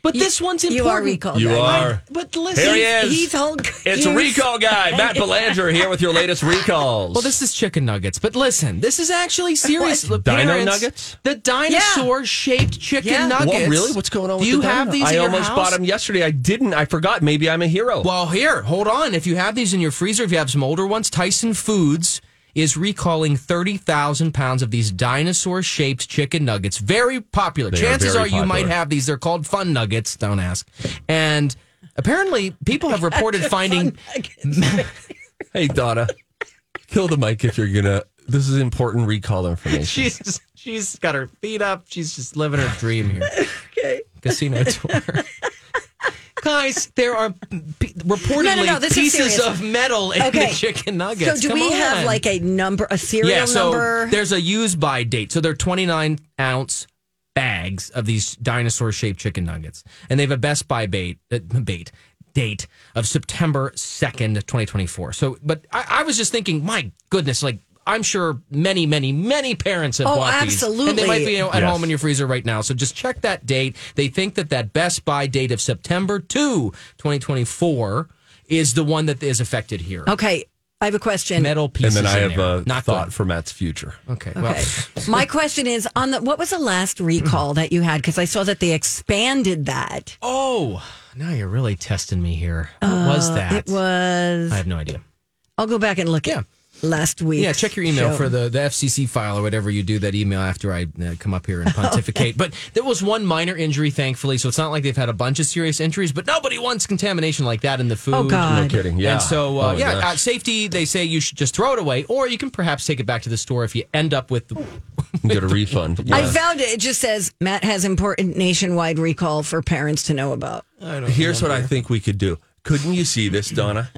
[SPEAKER 4] but this one's important.
[SPEAKER 1] you are recalled.
[SPEAKER 2] You
[SPEAKER 1] I-
[SPEAKER 2] are.
[SPEAKER 4] But listen,
[SPEAKER 2] Here he is.
[SPEAKER 1] He's Hulk.
[SPEAKER 2] It's a
[SPEAKER 1] Hughes.
[SPEAKER 2] recall guy, Matt Belanger, here with your latest recalls.
[SPEAKER 4] Well, this is chicken nuggets, but listen, this is actually serious. Look,
[SPEAKER 2] Dino
[SPEAKER 4] parents,
[SPEAKER 2] nuggets?
[SPEAKER 4] The dinosaur-shaped chicken
[SPEAKER 1] Yeah. What,
[SPEAKER 4] nuggets.
[SPEAKER 2] What really? What's going on? with
[SPEAKER 4] Do you
[SPEAKER 2] the
[SPEAKER 4] have
[SPEAKER 2] dino?
[SPEAKER 4] these?
[SPEAKER 2] I
[SPEAKER 4] in your
[SPEAKER 2] almost
[SPEAKER 4] house?
[SPEAKER 2] bought them yesterday. I didn't. I forgot. Maybe I'm a hero.
[SPEAKER 4] Well, here, hold on. If you have these in your freezer, if you have some older ones, Tyson Foods is recalling 30,000 pounds of these dinosaur shaped chicken nuggets. Very popular.
[SPEAKER 2] They are
[SPEAKER 4] Chances
[SPEAKER 2] very
[SPEAKER 4] are, you might
[SPEAKER 2] popular.
[SPEAKER 4] have these. They're called fun nuggets. Don't ask. And apparently, people have reported finding.
[SPEAKER 2] Hey, Donna, kill the mic if you're gonna. This is important recall information.
[SPEAKER 4] She's, she's got her feet up. She's just living her dream here. okay. Casino tour. Guys, there are p- reportedly
[SPEAKER 1] No, no, no, this is
[SPEAKER 4] pieces
[SPEAKER 1] serious.
[SPEAKER 4] of metal in
[SPEAKER 1] Okay.
[SPEAKER 4] the chicken
[SPEAKER 1] So
[SPEAKER 4] nuggets.
[SPEAKER 1] do
[SPEAKER 4] Come
[SPEAKER 1] we have
[SPEAKER 4] on.
[SPEAKER 1] like a number a serial
[SPEAKER 4] yeah, so
[SPEAKER 1] number?
[SPEAKER 4] there's a use by date. So they're 29 ounce bags of these dinosaur shaped chicken nuggets, and they have a best by bait uh, bait date of September 2nd, 2024. So, but I, I was just thinking, my goodness, like. I'm sure many, many, many parents have
[SPEAKER 1] Oh,
[SPEAKER 4] bought these, and they
[SPEAKER 1] absolutely.
[SPEAKER 4] might be you know, at
[SPEAKER 2] Yes.
[SPEAKER 4] home in your freezer right now. So just check that date. They think that that Best Buy date of September 2, 2024, is the one that is affected here.
[SPEAKER 1] Okay, I have a question.
[SPEAKER 4] Metal
[SPEAKER 2] and
[SPEAKER 4] pieces.
[SPEAKER 2] then I
[SPEAKER 4] in
[SPEAKER 2] have
[SPEAKER 4] there.
[SPEAKER 2] a
[SPEAKER 4] Not
[SPEAKER 2] thought
[SPEAKER 4] good.
[SPEAKER 2] for Matt's future.
[SPEAKER 4] Okay.
[SPEAKER 1] Okay.
[SPEAKER 4] Well,
[SPEAKER 1] My question is on the what was the last recall that you had? Because I saw that they expanded that.
[SPEAKER 4] Oh, now you're really testing me here. What was that?
[SPEAKER 1] It Uh, was
[SPEAKER 4] I have no idea.
[SPEAKER 1] I'll go back and look at last week.
[SPEAKER 4] Yeah, check your email for the, the FCC file or whatever you do that email after I uh, come up here and pontificate. But there was one minor injury, thankfully, so it's not like they've had a bunch of serious injuries. But nobody wants contamination like that in the food.
[SPEAKER 1] Oh, God.
[SPEAKER 2] No kidding. Yeah.
[SPEAKER 4] And so, uh,
[SPEAKER 2] Oh,
[SPEAKER 4] yeah,
[SPEAKER 2] gosh.
[SPEAKER 4] uh, safety. They say you should just throw it away, or you can perhaps take it back to the store if you end up with. The,
[SPEAKER 2] get a refund.
[SPEAKER 1] I
[SPEAKER 4] uh,
[SPEAKER 2] Yeah.
[SPEAKER 1] found it. It just says Matt has important nationwide recall for parents to know about.
[SPEAKER 2] Here's what I think we could do. Couldn't you see this, Donna?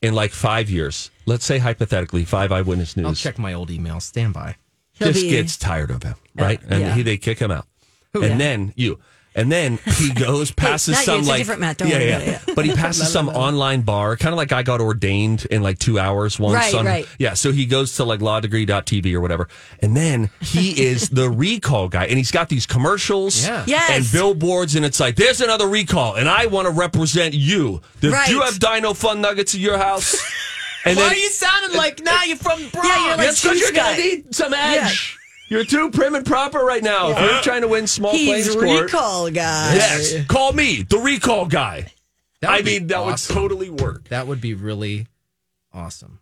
[SPEAKER 2] In like five years, let's say hypothetically, five eyewitness news
[SPEAKER 4] I'll check my old email. Stand by.
[SPEAKER 1] He'll
[SPEAKER 2] just
[SPEAKER 1] be- Uh,
[SPEAKER 2] gets tired of him, right? and
[SPEAKER 1] yeah.
[SPEAKER 2] he, they kick him out, and then you, and then he goes passes
[SPEAKER 1] not you,
[SPEAKER 2] some
[SPEAKER 1] it's a
[SPEAKER 2] like
[SPEAKER 1] different Matt, don't
[SPEAKER 2] yeah,
[SPEAKER 1] worry
[SPEAKER 2] yeah.
[SPEAKER 1] about it,
[SPEAKER 2] but he passes some online bar, kind of like I got ordained in like two hours once.
[SPEAKER 1] Right,
[SPEAKER 2] on-
[SPEAKER 1] right.
[SPEAKER 2] Yeah, so he goes to like lawdegree.tv or whatever, and then he is the recall guy, and he's got these commercials,
[SPEAKER 4] Yeah.
[SPEAKER 1] Yes.
[SPEAKER 2] and billboards, and it's like there's another recall, and I want to represent you. If
[SPEAKER 1] Right.
[SPEAKER 2] you have Dino Fun Nuggets at your house, and
[SPEAKER 4] Why
[SPEAKER 2] then
[SPEAKER 4] are you sounding like now you're from Bronx?
[SPEAKER 1] Yeah, you're like
[SPEAKER 2] that's because
[SPEAKER 1] Juice
[SPEAKER 2] you're
[SPEAKER 1] Guy.
[SPEAKER 2] gonna need some edge. You're too prim and proper right now. If you're trying to win small
[SPEAKER 1] He's
[SPEAKER 2] claims court,
[SPEAKER 1] recall guy.
[SPEAKER 2] yes, call me, the recall guy.
[SPEAKER 4] That would
[SPEAKER 2] I
[SPEAKER 4] be
[SPEAKER 2] mean, that
[SPEAKER 4] awesome.
[SPEAKER 2] would totally work.
[SPEAKER 4] That would be really awesome.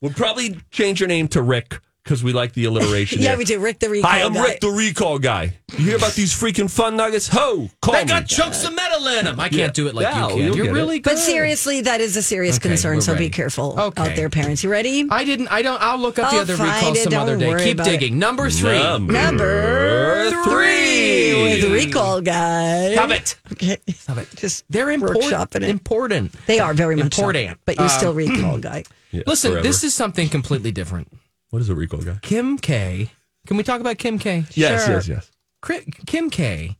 [SPEAKER 2] We'll probably change your name to Rick because we like the alliteration.
[SPEAKER 1] Yeah,
[SPEAKER 2] there.
[SPEAKER 1] we do. Rick the recall
[SPEAKER 2] Hi, I'm
[SPEAKER 1] guy.
[SPEAKER 2] Rick, the recall guy. You hear about these freaking fun nuggets? Ho, call
[SPEAKER 4] They
[SPEAKER 2] me.
[SPEAKER 4] got chunks of metal in them. I can't
[SPEAKER 2] Yeah.
[SPEAKER 4] do it like
[SPEAKER 2] Yeah,
[SPEAKER 4] you can.
[SPEAKER 2] you'll
[SPEAKER 4] You're
[SPEAKER 2] get it.
[SPEAKER 4] really good.
[SPEAKER 1] But seriously, that is a serious
[SPEAKER 4] Okay,
[SPEAKER 1] concern.
[SPEAKER 4] we're
[SPEAKER 1] So be
[SPEAKER 4] ready.
[SPEAKER 1] careful
[SPEAKER 4] Okay.
[SPEAKER 1] out there, parents. You ready?
[SPEAKER 4] I didn't. I don't. I'll look up the
[SPEAKER 1] I'll
[SPEAKER 4] other
[SPEAKER 1] find
[SPEAKER 4] recall
[SPEAKER 1] it,
[SPEAKER 4] some
[SPEAKER 1] don't
[SPEAKER 4] other day.
[SPEAKER 1] worry
[SPEAKER 4] Keep
[SPEAKER 1] about it.
[SPEAKER 4] digging. Number three.
[SPEAKER 1] Number
[SPEAKER 4] three.
[SPEAKER 1] with recall guy.
[SPEAKER 4] Stop it.
[SPEAKER 1] Okay.
[SPEAKER 4] Stop it.
[SPEAKER 1] Just
[SPEAKER 4] They're important.
[SPEAKER 1] workshopping it.
[SPEAKER 4] Important.
[SPEAKER 1] They are very much so.
[SPEAKER 4] Important.
[SPEAKER 1] but you're
[SPEAKER 2] Um,
[SPEAKER 1] still recall guy.
[SPEAKER 2] Yeah,
[SPEAKER 4] Listen,
[SPEAKER 2] forever.
[SPEAKER 4] this is something completely different.
[SPEAKER 2] what is a recall guy?
[SPEAKER 4] Kim K. Can we talk about Kim K?
[SPEAKER 2] Yes,
[SPEAKER 1] Sure.
[SPEAKER 2] yes, yes.
[SPEAKER 4] Cri- Kim K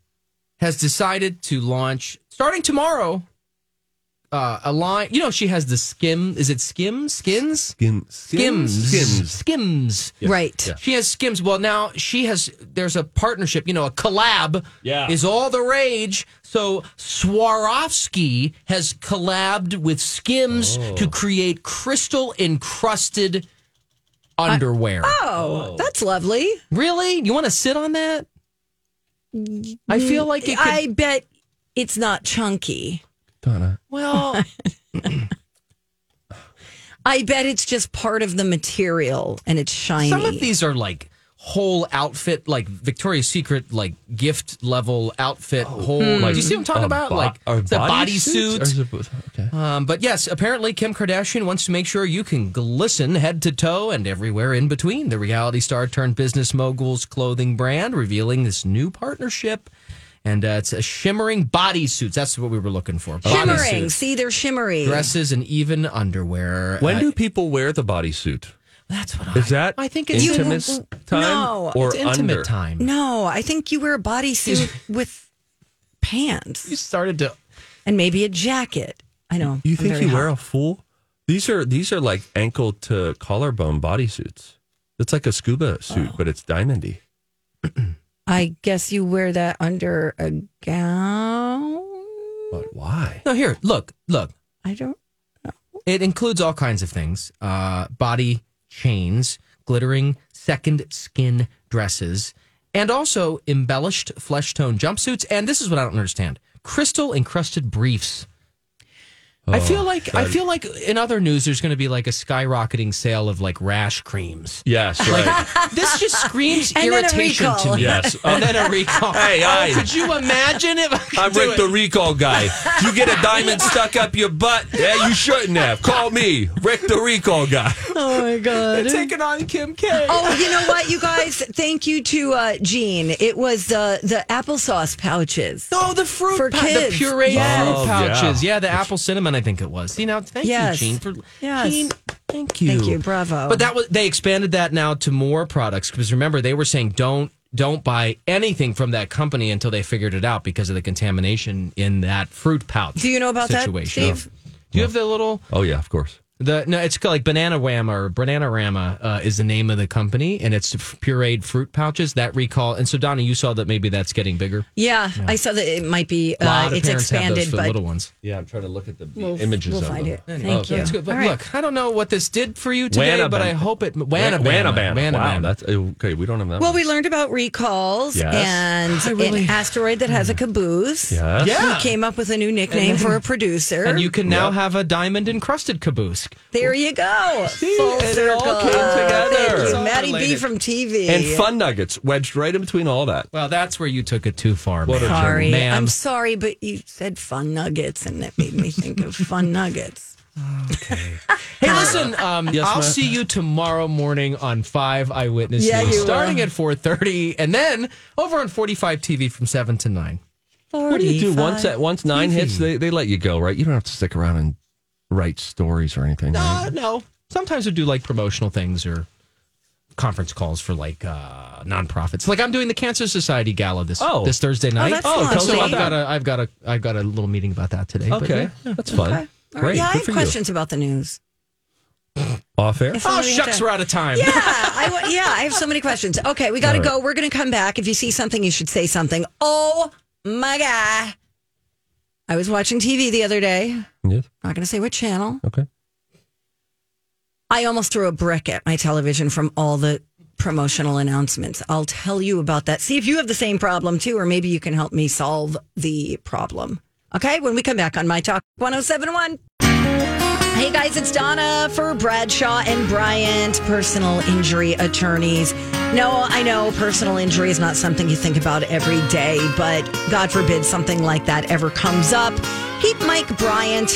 [SPEAKER 4] has decided to launch starting tomorrow uh, a line. You know, she has the skim. Is it skim? Skins?
[SPEAKER 2] Skim,
[SPEAKER 4] Skims.
[SPEAKER 2] Skims.
[SPEAKER 4] Skims.
[SPEAKER 1] Right.
[SPEAKER 4] She has skims. Well, now she has. There's a partnership. You know, a collab.
[SPEAKER 2] Yeah.
[SPEAKER 4] is all the rage. So Swarovski has collabed with Skims
[SPEAKER 2] Oh.
[SPEAKER 4] to create crystal encrusted underwear.
[SPEAKER 1] Oh, that's lovely.
[SPEAKER 4] really? You want to sit on that? I feel like it could.
[SPEAKER 1] I bet it's not chunky.
[SPEAKER 2] Donna,
[SPEAKER 4] well,
[SPEAKER 1] I bet it's just part of the material and it's shiny.
[SPEAKER 4] some of these are like whole outfit, like Victoria's Secret, like gift level outfit. Whole. Like, do you see what I'm talking
[SPEAKER 2] Oh. Hmm. a
[SPEAKER 4] about?
[SPEAKER 2] bo-
[SPEAKER 4] like
[SPEAKER 2] are
[SPEAKER 4] the
[SPEAKER 2] body
[SPEAKER 4] bodysuit.
[SPEAKER 2] suits? Or is it- Okay.
[SPEAKER 4] Um, but yes, apparently Kim Kardashian wants to make sure you can glisten head to toe and everywhere in between. The reality star turned business mogul's clothing brand revealing this new partnership, and uh, it's a shimmering bodysuits. That's what we were looking for.
[SPEAKER 1] shimmering.
[SPEAKER 4] Bodysuits,
[SPEAKER 1] See, they're shimmery.
[SPEAKER 4] dresses, and even underwear.
[SPEAKER 2] When
[SPEAKER 4] Uh,
[SPEAKER 2] do people wear the bodysuit?
[SPEAKER 4] that's what I,
[SPEAKER 2] Is that
[SPEAKER 4] I think it's
[SPEAKER 2] intimate time
[SPEAKER 1] No,
[SPEAKER 2] or
[SPEAKER 4] it's intimate
[SPEAKER 2] under?
[SPEAKER 4] time.
[SPEAKER 1] No, I think you wear a bodysuit with pants
[SPEAKER 4] You started to.
[SPEAKER 1] and maybe a jacket. I know.
[SPEAKER 2] You
[SPEAKER 1] I'm
[SPEAKER 2] think
[SPEAKER 1] very
[SPEAKER 2] you
[SPEAKER 1] hot.
[SPEAKER 2] wear a full? These are these are like ankle to collarbone bodysuits. It's like a scuba suit, but it's diamondy.
[SPEAKER 1] I guess you wear that under a gown.
[SPEAKER 2] But why?
[SPEAKER 4] No, here, look, look.
[SPEAKER 1] I don't.
[SPEAKER 4] It includes all kinds of things uh, body chains, glittering second skin dresses, and also embellished flesh tone jumpsuits. And this is what I don't understand crystal encrusted briefs. I feel like I feel like in other news there's going to be like a skyrocketing sale of like rash creams.
[SPEAKER 2] Yes, right.
[SPEAKER 4] This just screams
[SPEAKER 1] And then a
[SPEAKER 4] irritation to
[SPEAKER 1] recall.
[SPEAKER 4] me.
[SPEAKER 2] yes.
[SPEAKER 4] And then a recall.
[SPEAKER 2] Hey,
[SPEAKER 4] Oh,
[SPEAKER 2] I-
[SPEAKER 4] could you imagine if I could
[SPEAKER 2] I'm
[SPEAKER 4] do
[SPEAKER 2] Rick
[SPEAKER 4] it?
[SPEAKER 2] the recall guy. You get a diamond stuck up your butt. Yeah, you shouldn't have. Call me, Rick the recall guy.
[SPEAKER 1] Oh my god.
[SPEAKER 4] taking on Kim K.
[SPEAKER 1] Oh, you know what, you guys? Thank you to uh, Gene. It was the the applesauce pouches.
[SPEAKER 4] No, Oh, the fruit
[SPEAKER 1] For
[SPEAKER 4] pou-
[SPEAKER 1] kids.
[SPEAKER 4] the pureed
[SPEAKER 1] Yes.
[SPEAKER 2] Oh,
[SPEAKER 4] fruit pouches.
[SPEAKER 2] yeah.
[SPEAKER 4] Yeah. the apple cinnamon, I think it was. See now, thank
[SPEAKER 1] Yes.
[SPEAKER 4] you, Gene, for
[SPEAKER 1] Yes.
[SPEAKER 4] Gene, thank you,
[SPEAKER 1] Thank you, bravo.
[SPEAKER 4] But that was they expanded that now to more products because remember they were saying don't don't buy anything from that company until they figured it out because of the contamination in that fruit pouch.
[SPEAKER 1] Do you know about that,
[SPEAKER 4] situation.
[SPEAKER 1] Steve?
[SPEAKER 4] Do you have the little
[SPEAKER 2] Oh yeah, of course.
[SPEAKER 4] the no? It's called like Banana Wham or Banana Rama uh, is the name of the company, and it's pureed fruit pouches that recall. And so, Donna, you saw that maybe that's getting bigger.
[SPEAKER 1] Yeah, I saw that it might be.
[SPEAKER 4] A lot
[SPEAKER 1] Uh,
[SPEAKER 4] of
[SPEAKER 1] it's
[SPEAKER 4] parents have those
[SPEAKER 1] expanded,
[SPEAKER 4] for the
[SPEAKER 1] but
[SPEAKER 4] little ones.
[SPEAKER 2] Yeah, I'm trying to look at the
[SPEAKER 1] We'll-
[SPEAKER 2] images
[SPEAKER 1] we'll
[SPEAKER 2] of
[SPEAKER 1] find
[SPEAKER 2] them.
[SPEAKER 1] it. Thank you.
[SPEAKER 4] That's good. But
[SPEAKER 1] All right.
[SPEAKER 4] look, I don't know what this did for you today, but
[SPEAKER 2] Wanabam.
[SPEAKER 4] I hope it.
[SPEAKER 2] Wan-
[SPEAKER 4] Wanabama.
[SPEAKER 2] Wanaban. Wow,
[SPEAKER 4] Wanabama.
[SPEAKER 2] that's oh, okay. We don't have that.
[SPEAKER 1] Well,
[SPEAKER 2] one.
[SPEAKER 1] we learned about recalls
[SPEAKER 2] Yes. Hmm.
[SPEAKER 4] I
[SPEAKER 1] and
[SPEAKER 4] really-
[SPEAKER 1] an asteroid that has a caboose.
[SPEAKER 2] Yes.
[SPEAKER 4] Yeah.
[SPEAKER 1] Who came up with a new nickname for a producer.
[SPEAKER 4] and you can now have a diamond encrusted caboose. desk.
[SPEAKER 1] There you go. Full
[SPEAKER 2] and it all
[SPEAKER 1] circle.
[SPEAKER 2] came together.
[SPEAKER 1] Thank
[SPEAKER 2] It's
[SPEAKER 1] you,
[SPEAKER 2] all
[SPEAKER 1] Maddie B
[SPEAKER 4] related.
[SPEAKER 1] from TV.
[SPEAKER 2] and fun nuggets wedged right in between all that.
[SPEAKER 4] Well, that's where you took it too far,
[SPEAKER 2] What a
[SPEAKER 4] ma'am.
[SPEAKER 1] sorry,
[SPEAKER 4] Ma'am.
[SPEAKER 1] I'm sorry, but you said fun nuggets, and it made me think of fun nuggets.
[SPEAKER 4] Hey, listen. Um, I'll
[SPEAKER 2] ma'am.
[SPEAKER 4] see you tomorrow morning on Five Eyewitness
[SPEAKER 1] Yeah,
[SPEAKER 4] News,
[SPEAKER 1] you will.
[SPEAKER 4] starting at four thirty, and then over on Forty Five TV from seven to nine.
[SPEAKER 2] What do you do
[SPEAKER 1] 45.
[SPEAKER 2] once that once nine hits? They they let you go, right? You don't have to stick around and write stories or anything. right?
[SPEAKER 4] Uh, no. Sometimes we do like promotional things or conference calls for like uh, nonprofits. Like I'm doing the Cancer Society gala this
[SPEAKER 2] Oh.
[SPEAKER 4] this Thursday night.
[SPEAKER 1] that's Oh,
[SPEAKER 2] tell us
[SPEAKER 4] so
[SPEAKER 2] lovely.
[SPEAKER 4] I've got a I've got a I've got a little meeting about that today. but
[SPEAKER 2] Okay,
[SPEAKER 4] yeah.
[SPEAKER 2] that's fun.
[SPEAKER 1] All right,
[SPEAKER 2] Great.
[SPEAKER 1] Yeah, I
[SPEAKER 2] Good
[SPEAKER 1] have
[SPEAKER 2] for you.
[SPEAKER 1] questions about the news.
[SPEAKER 2] Off air.
[SPEAKER 1] If
[SPEAKER 4] Oh
[SPEAKER 1] somebody
[SPEAKER 4] shucks,
[SPEAKER 1] had to-
[SPEAKER 4] we're out of time.
[SPEAKER 1] Yeah, I wa- yeah, I have so many questions. Okay, we got to
[SPEAKER 2] All right.
[SPEAKER 1] go. We're going to come back. If you see something, you should say something. Oh my god! I was watching TV the other day. Not
[SPEAKER 2] Yes.
[SPEAKER 1] going to say what channel.
[SPEAKER 2] Okay.
[SPEAKER 1] I almost threw a brick at my television from all the promotional announcements. I'll tell you about that. See if you have the same problem too, or maybe you can help me solve the problem. Okay, when we come back on My Talk 1071. Hey guys, it's Donna for Bradshaw and Bryant, personal injury attorneys. No, I know personal injury is not something you think about every day, but God forbid something like that ever comes up. Keep Mike Bryant,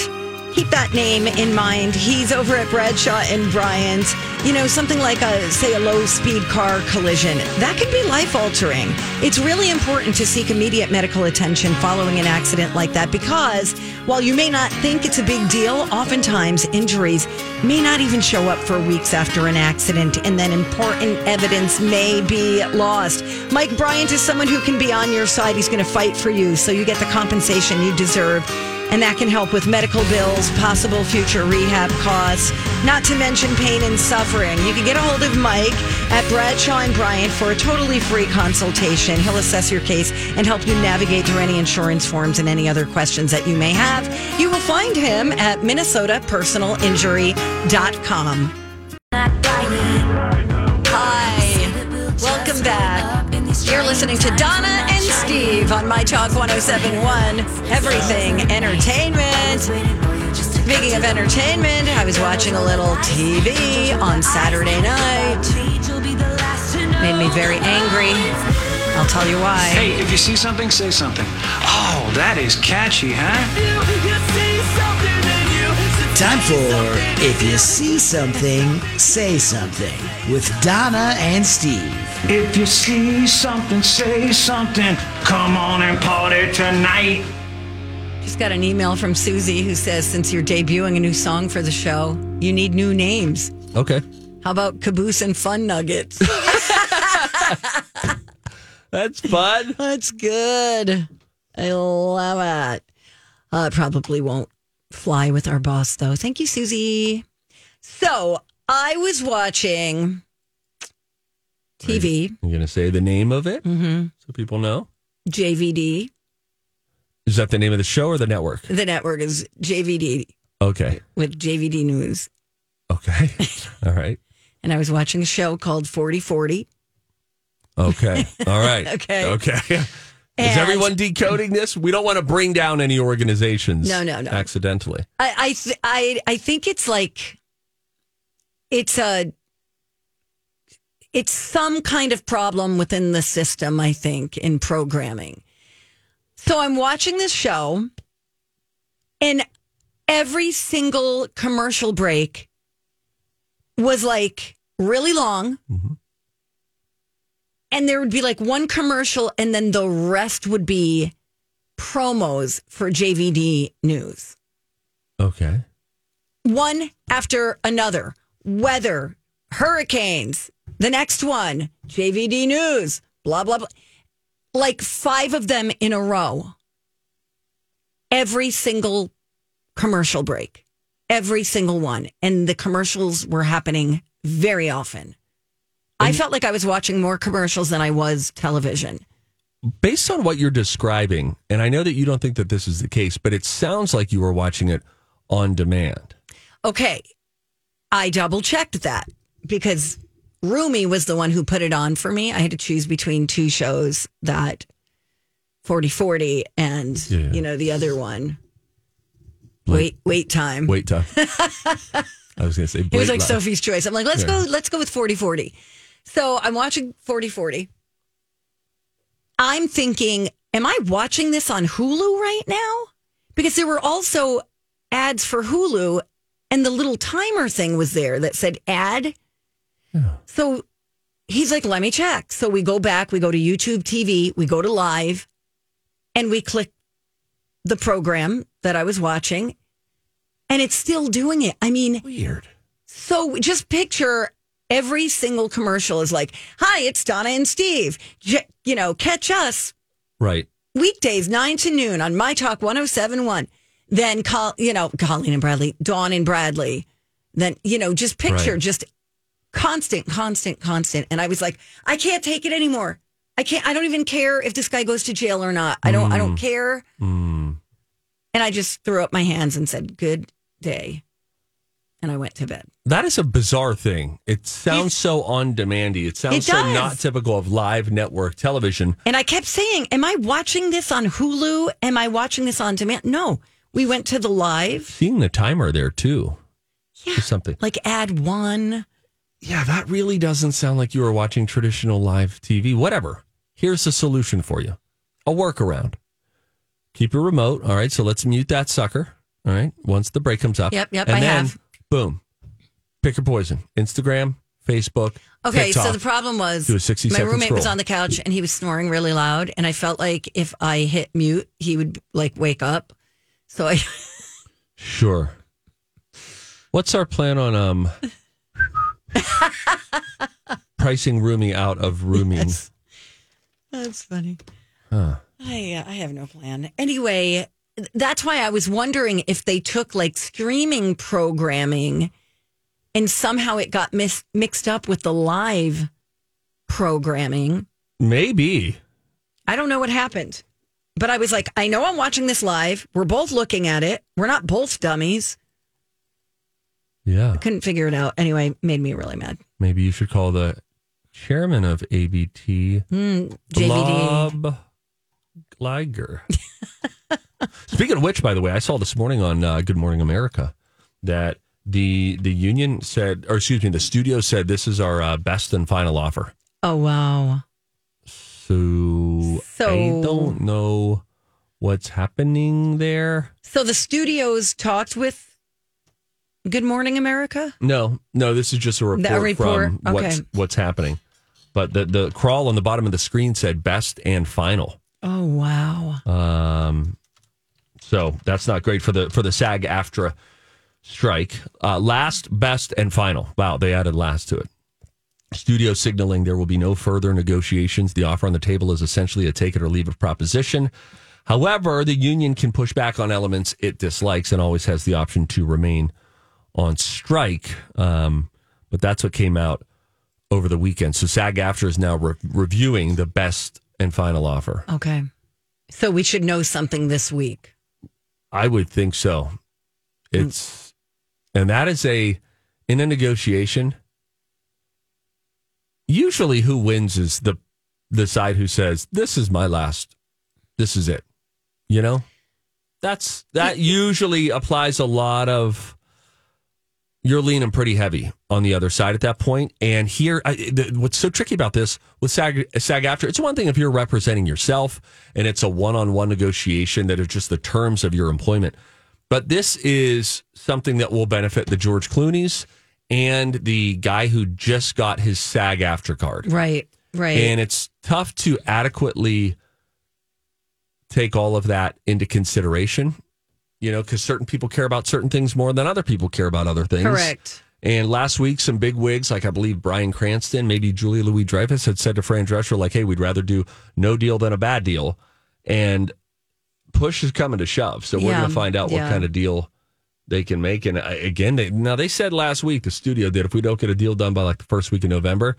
[SPEAKER 1] keep that name in mind. He's over at Bradshaw and Bryant. You know, something like a, say, a low speed car collision, that can be life altering. It's really important to seek immediate medical attention following an accident like that because while you may not think it's a big deal, oftentimes injuries may not even show up for weeks after an accident, and then important evidence may be lost. Mike Bryant is someone who can be on your side. He's going to fight for you so you get the compensation you deserve. And that can help with medical bills, possible future rehab costs, not to mention pain and suffering. You can get a hold of Mike at Bradshaw and Bryant for a totally free consultation. He'll assess your case and help you navigate through any insurance forms and any other questions that you may have. You will find him at minnesotapersonalinjury.com. Hi. Welcome back. You're listening to Donna and Steve on My Talk 1071, Everything Entertainment. Speaking of entertainment, I was watching a little TV on Saturday night. Made me very angry. I'll tell you why.
[SPEAKER 5] Hey, if you see something, say something. Oh, that is catchy, huh?
[SPEAKER 9] Time for If You See Something, Say Something with Donna and Steve.
[SPEAKER 5] If you see something, say something. Come on and party tonight.
[SPEAKER 1] Just got an email from Susie who says, since you're debuting a new song for the show, you need new names.
[SPEAKER 2] Okay.
[SPEAKER 1] How about Caboose and Fun Nuggets?
[SPEAKER 2] That's fun.
[SPEAKER 1] That's good. I love it. Uh, it probably won't fly with our boss, though. Thank you, Susie. So I was watching TV,
[SPEAKER 2] You're gonna say the name of it
[SPEAKER 1] Mm-hmm.
[SPEAKER 2] so people know.
[SPEAKER 1] JVD.
[SPEAKER 2] Is that the name of the show or the network?
[SPEAKER 1] The network is JVD
[SPEAKER 2] Okay.
[SPEAKER 1] with JVD News.
[SPEAKER 2] Okay. All right.
[SPEAKER 1] And I was watching a show called 4040.
[SPEAKER 2] Okay. All right.
[SPEAKER 1] Okay.
[SPEAKER 2] Okay. Is
[SPEAKER 1] And-
[SPEAKER 2] everyone decoding this? We don't want to bring down any organizations.
[SPEAKER 1] No, no, no.
[SPEAKER 2] Accidentally.
[SPEAKER 1] I I th- I I think it's like it's a it's some kind of problem within the system, I think, in programming. So I'm watching this show and every single commercial break was like really long. And there would be like one commercial and then the rest would be promos for JVD news
[SPEAKER 2] Okay.
[SPEAKER 1] one after another. Weather, hurricanes, the next one, JVD News, blah, blah, blah. Like five of them in a row. Every single commercial break, every single one. And the commercials were happening very often. I felt like I was watching more commercials than I was television.
[SPEAKER 2] Based on what you're describing, and I know that you don't think that this is the case, but it sounds like you were watching it on demand.
[SPEAKER 1] Okay. I double checked that because Rumi was the one who put it on for me. I had to choose between two shows that 4040 and,
[SPEAKER 2] Yeah.
[SPEAKER 1] you know, the other one.
[SPEAKER 2] Like-
[SPEAKER 1] Wait, wait time.
[SPEAKER 2] Wait time. uh, I was going to say.
[SPEAKER 1] It was
[SPEAKER 2] Blake
[SPEAKER 1] like
[SPEAKER 2] Lively.
[SPEAKER 1] Sophie's Choice. I'm like, let's go, let's go with 40 40. So I'm watching 40 40. I'm thinking, am I watching this on Hulu right now? Because there were also ads for Hulu and the little timer thing was there that said ad. So he's like, let me check. So we go back, we go to YouTube TV, we go to live, and we click the program that I was watching, and it's still doing it. I mean,
[SPEAKER 2] Weird.
[SPEAKER 1] so just picture every single commercial is like, hi, it's Donna and Steve. J- you know, catch us
[SPEAKER 2] Right.
[SPEAKER 1] weekdays, 9 to noon on My Talk 1071. Then, call, you know, Colleen and Bradley, Dawn and Bradley. Then, you know, just picture
[SPEAKER 2] Right.
[SPEAKER 1] just constant, constant, constant. And I was like, I can't take it anymore. I can't, I don't even care if this guy goes to jail or not. I don't, I don't care. And I just threw up my hands and said, good day. And I went to bed.
[SPEAKER 2] That is a bizarre thing. It sounds so on demandy. It sounds
[SPEAKER 1] It
[SPEAKER 2] so
[SPEAKER 1] does.
[SPEAKER 2] not typical of live network television.
[SPEAKER 1] And I kept saying, Am I watching this on Hulu? Am I watching this on demand? No. We went to the live,
[SPEAKER 2] Seeing the timer there too. Yeah. Or something.
[SPEAKER 1] like ad one.
[SPEAKER 2] Yeah, that really doesn't sound like you were watching traditional live TV. Whatever. Here's a solution for you a workaround. Keep your remote. All right. So let's mute that sucker. All right. Once the break comes up.
[SPEAKER 1] Yep, yep,
[SPEAKER 2] And
[SPEAKER 1] I
[SPEAKER 2] then,
[SPEAKER 1] have.
[SPEAKER 2] Boom. Pick your poison Instagram, Facebook.
[SPEAKER 1] Okay, so
[SPEAKER 2] TikTok.
[SPEAKER 1] the problem was
[SPEAKER 2] Do a 60
[SPEAKER 1] my
[SPEAKER 2] second
[SPEAKER 1] roommate was
[SPEAKER 2] scroll.
[SPEAKER 1] on the couch and he was snoring really loud. And I felt like if I hit mute, he would like wake up. So I,
[SPEAKER 2] Sure. What's our plan on um pricing rooming out of rooming?
[SPEAKER 1] that's funny. I, I have no plan. Anyway, that's why I was wondering if they took like streaming programming and somehow it got mis- mixed up with the live programming.
[SPEAKER 2] Maybe.
[SPEAKER 1] I don't know what happened, but I was like, I know I'm watching this live. We're both looking at it. We're not both dummies.
[SPEAKER 2] Yeah.
[SPEAKER 1] Couldn't figure it out. Anyway, made me really mad.
[SPEAKER 2] Maybe you should call the chairman of ABT
[SPEAKER 1] JVD.
[SPEAKER 2] Blob Geiger. Speaking of which, by the way, I saw this morning on uh, Good Morning America that the the union said, or excuse me, the studio said, this is our uh, best and final offer.
[SPEAKER 1] Oh, wow.
[SPEAKER 2] So, I
[SPEAKER 1] So-
[SPEAKER 2] don't know what's happening there.
[SPEAKER 1] So the studios talked with Good Morning America?
[SPEAKER 2] No, no, this is just a report,
[SPEAKER 1] report,
[SPEAKER 2] from what's
[SPEAKER 1] okay.
[SPEAKER 2] what's happening. But the the crawl on the bottom of the screen said best and final.
[SPEAKER 1] Oh, wow.
[SPEAKER 2] Um, so that's not great for the for the SAG AFTRA strike. Uh, last, best, and final. Wow, they added last to it. Studio signaling there will be no further negotiations. The offer on the table is essentially a take it or leave it proposition. However, the union can push back on elements it dislikes and always has the option to remain on strike. Um, but that's what came out over the weekend. So SAG AFTRA is now re- reviewing the best and final offer.
[SPEAKER 1] Okay. So we should know something this week.
[SPEAKER 2] I would think so. It's and that is a in a negotiation. Usually, who wins is the the side who says, "This is my last. This is it." You know, that's that usually applies a lot of. You're leaning pretty heavy on the other side at that point, and here, I, the, what's so tricky about this with SAG, SAG after it's one thing if you're representing yourself and it's a one-on-one negotiation that are just the terms of your employment, but this is something that will benefit the George Clooney's and the guy who just got his SAG after card.
[SPEAKER 1] Right. Right.
[SPEAKER 2] And it's tough to adequately take all of that into consideration, you know, because certain people care about certain things more than other people care about other things.
[SPEAKER 1] Correct.
[SPEAKER 2] And last week, some big wigs, like I believe Brian Cranston, maybe Julia Louis Dreyfus, had said to Fran Drescher, like, hey, we'd rather do no deal than a bad deal. And push is coming to shove. So we're
[SPEAKER 1] Yeah.
[SPEAKER 2] going to find out what
[SPEAKER 1] Yeah.
[SPEAKER 2] kind of deal they can make. And I, again, they, now they said last week, the studio did, if we don't get a deal done by like the first week of November,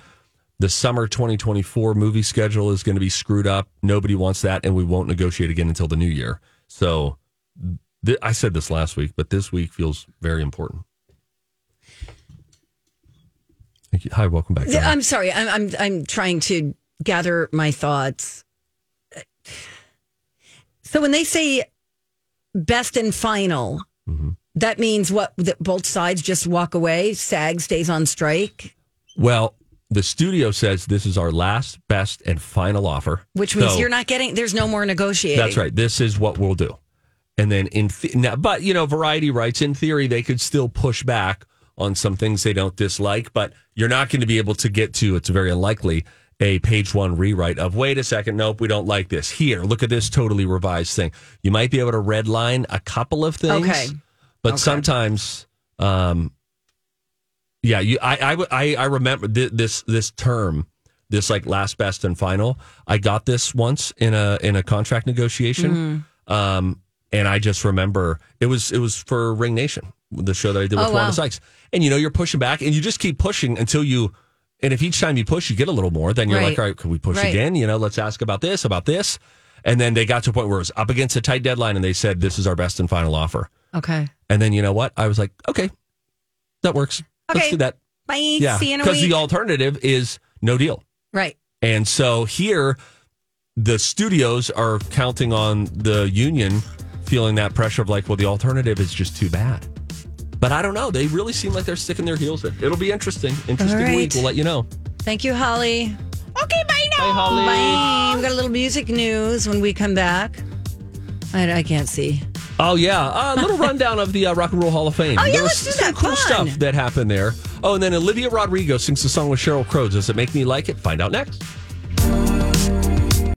[SPEAKER 2] the summer 2024 movie schedule is going to be screwed up. Nobody wants that, and we won't negotiate again until the new year. So th- I said this last week, but this week feels very important. Thank you. Hi, welcome back.
[SPEAKER 1] Yeah,
[SPEAKER 2] Donna.
[SPEAKER 1] I'm sorry. I'm, I'm I'm trying to gather my thoughts.
[SPEAKER 2] Mm-hmm.
[SPEAKER 1] So when they say best and final, That means what? That both sides just walk away. SAG stays on strike,
[SPEAKER 2] Well, the studio says this is our last, best, and final offer.
[SPEAKER 1] which means
[SPEAKER 2] So-
[SPEAKER 1] you're not getting. There's no more negotiating.
[SPEAKER 2] That's right. This is what we'll do. And then in the- now, but you know, Variety writes in theory they could still push back on some things they don't dislike, but you're not going to be able to get to. It's very unlikely a page one rewrite of wait a second, nope, we don't like this. Here, look at this totally revised thing. You might be able to redline a couple of things,
[SPEAKER 1] Okay.
[SPEAKER 2] but sometimes, um, yeah, you, I, I, w- I, I remember th- this this term, this like last, best, and final. I got this once in a in a contract
[SPEAKER 4] Mm.
[SPEAKER 2] negotiation, um, and I just remember it was it was for Ring Nation, the show that I did with
[SPEAKER 1] Oh,
[SPEAKER 2] Wanda
[SPEAKER 1] wow.
[SPEAKER 2] Sykes, and you know you're pushing back, and you just keep pushing until you, and if each time you push, you get a little more, then you're like,
[SPEAKER 1] Right.
[SPEAKER 2] all right, could we push
[SPEAKER 1] Right.
[SPEAKER 2] again? You know, let's ask about this, about this, and then they got to a point where it was up against a tight deadline, and they said this is our best and final offer.
[SPEAKER 1] Okay.
[SPEAKER 2] And then you know what? I was like, okay, that works. Let's
[SPEAKER 1] Okay.
[SPEAKER 2] do that.
[SPEAKER 1] Bye.
[SPEAKER 2] Yeah.
[SPEAKER 1] See you in a week.
[SPEAKER 2] the alternative is no deal.
[SPEAKER 1] right.
[SPEAKER 2] And so here, the studios are counting on the union feeling that pressure of like, well, the alternative is just too bad. But I don't know. They really seem like they're sticking their heels in. It'll be interesting. Interesting
[SPEAKER 1] All right.
[SPEAKER 2] week. We'll let you know.
[SPEAKER 1] Thank you, Holly.
[SPEAKER 3] Okay, bye now.
[SPEAKER 4] Hey, Holly.
[SPEAKER 1] Bye. We got a little music news when we come back. I, I can't see.
[SPEAKER 2] Oh yeah, a little rundown of the uh, Rock and Roll Hall of Fame.
[SPEAKER 1] Oh, yeah,
[SPEAKER 2] There
[SPEAKER 1] let's
[SPEAKER 2] was
[SPEAKER 1] do
[SPEAKER 2] some
[SPEAKER 1] that.
[SPEAKER 2] cool
[SPEAKER 1] Fun.
[SPEAKER 2] stuff that happened there. Oh, and then Olivia Rodrigo sings the song with Cheryl Crow. Does it make me like it? Find out next.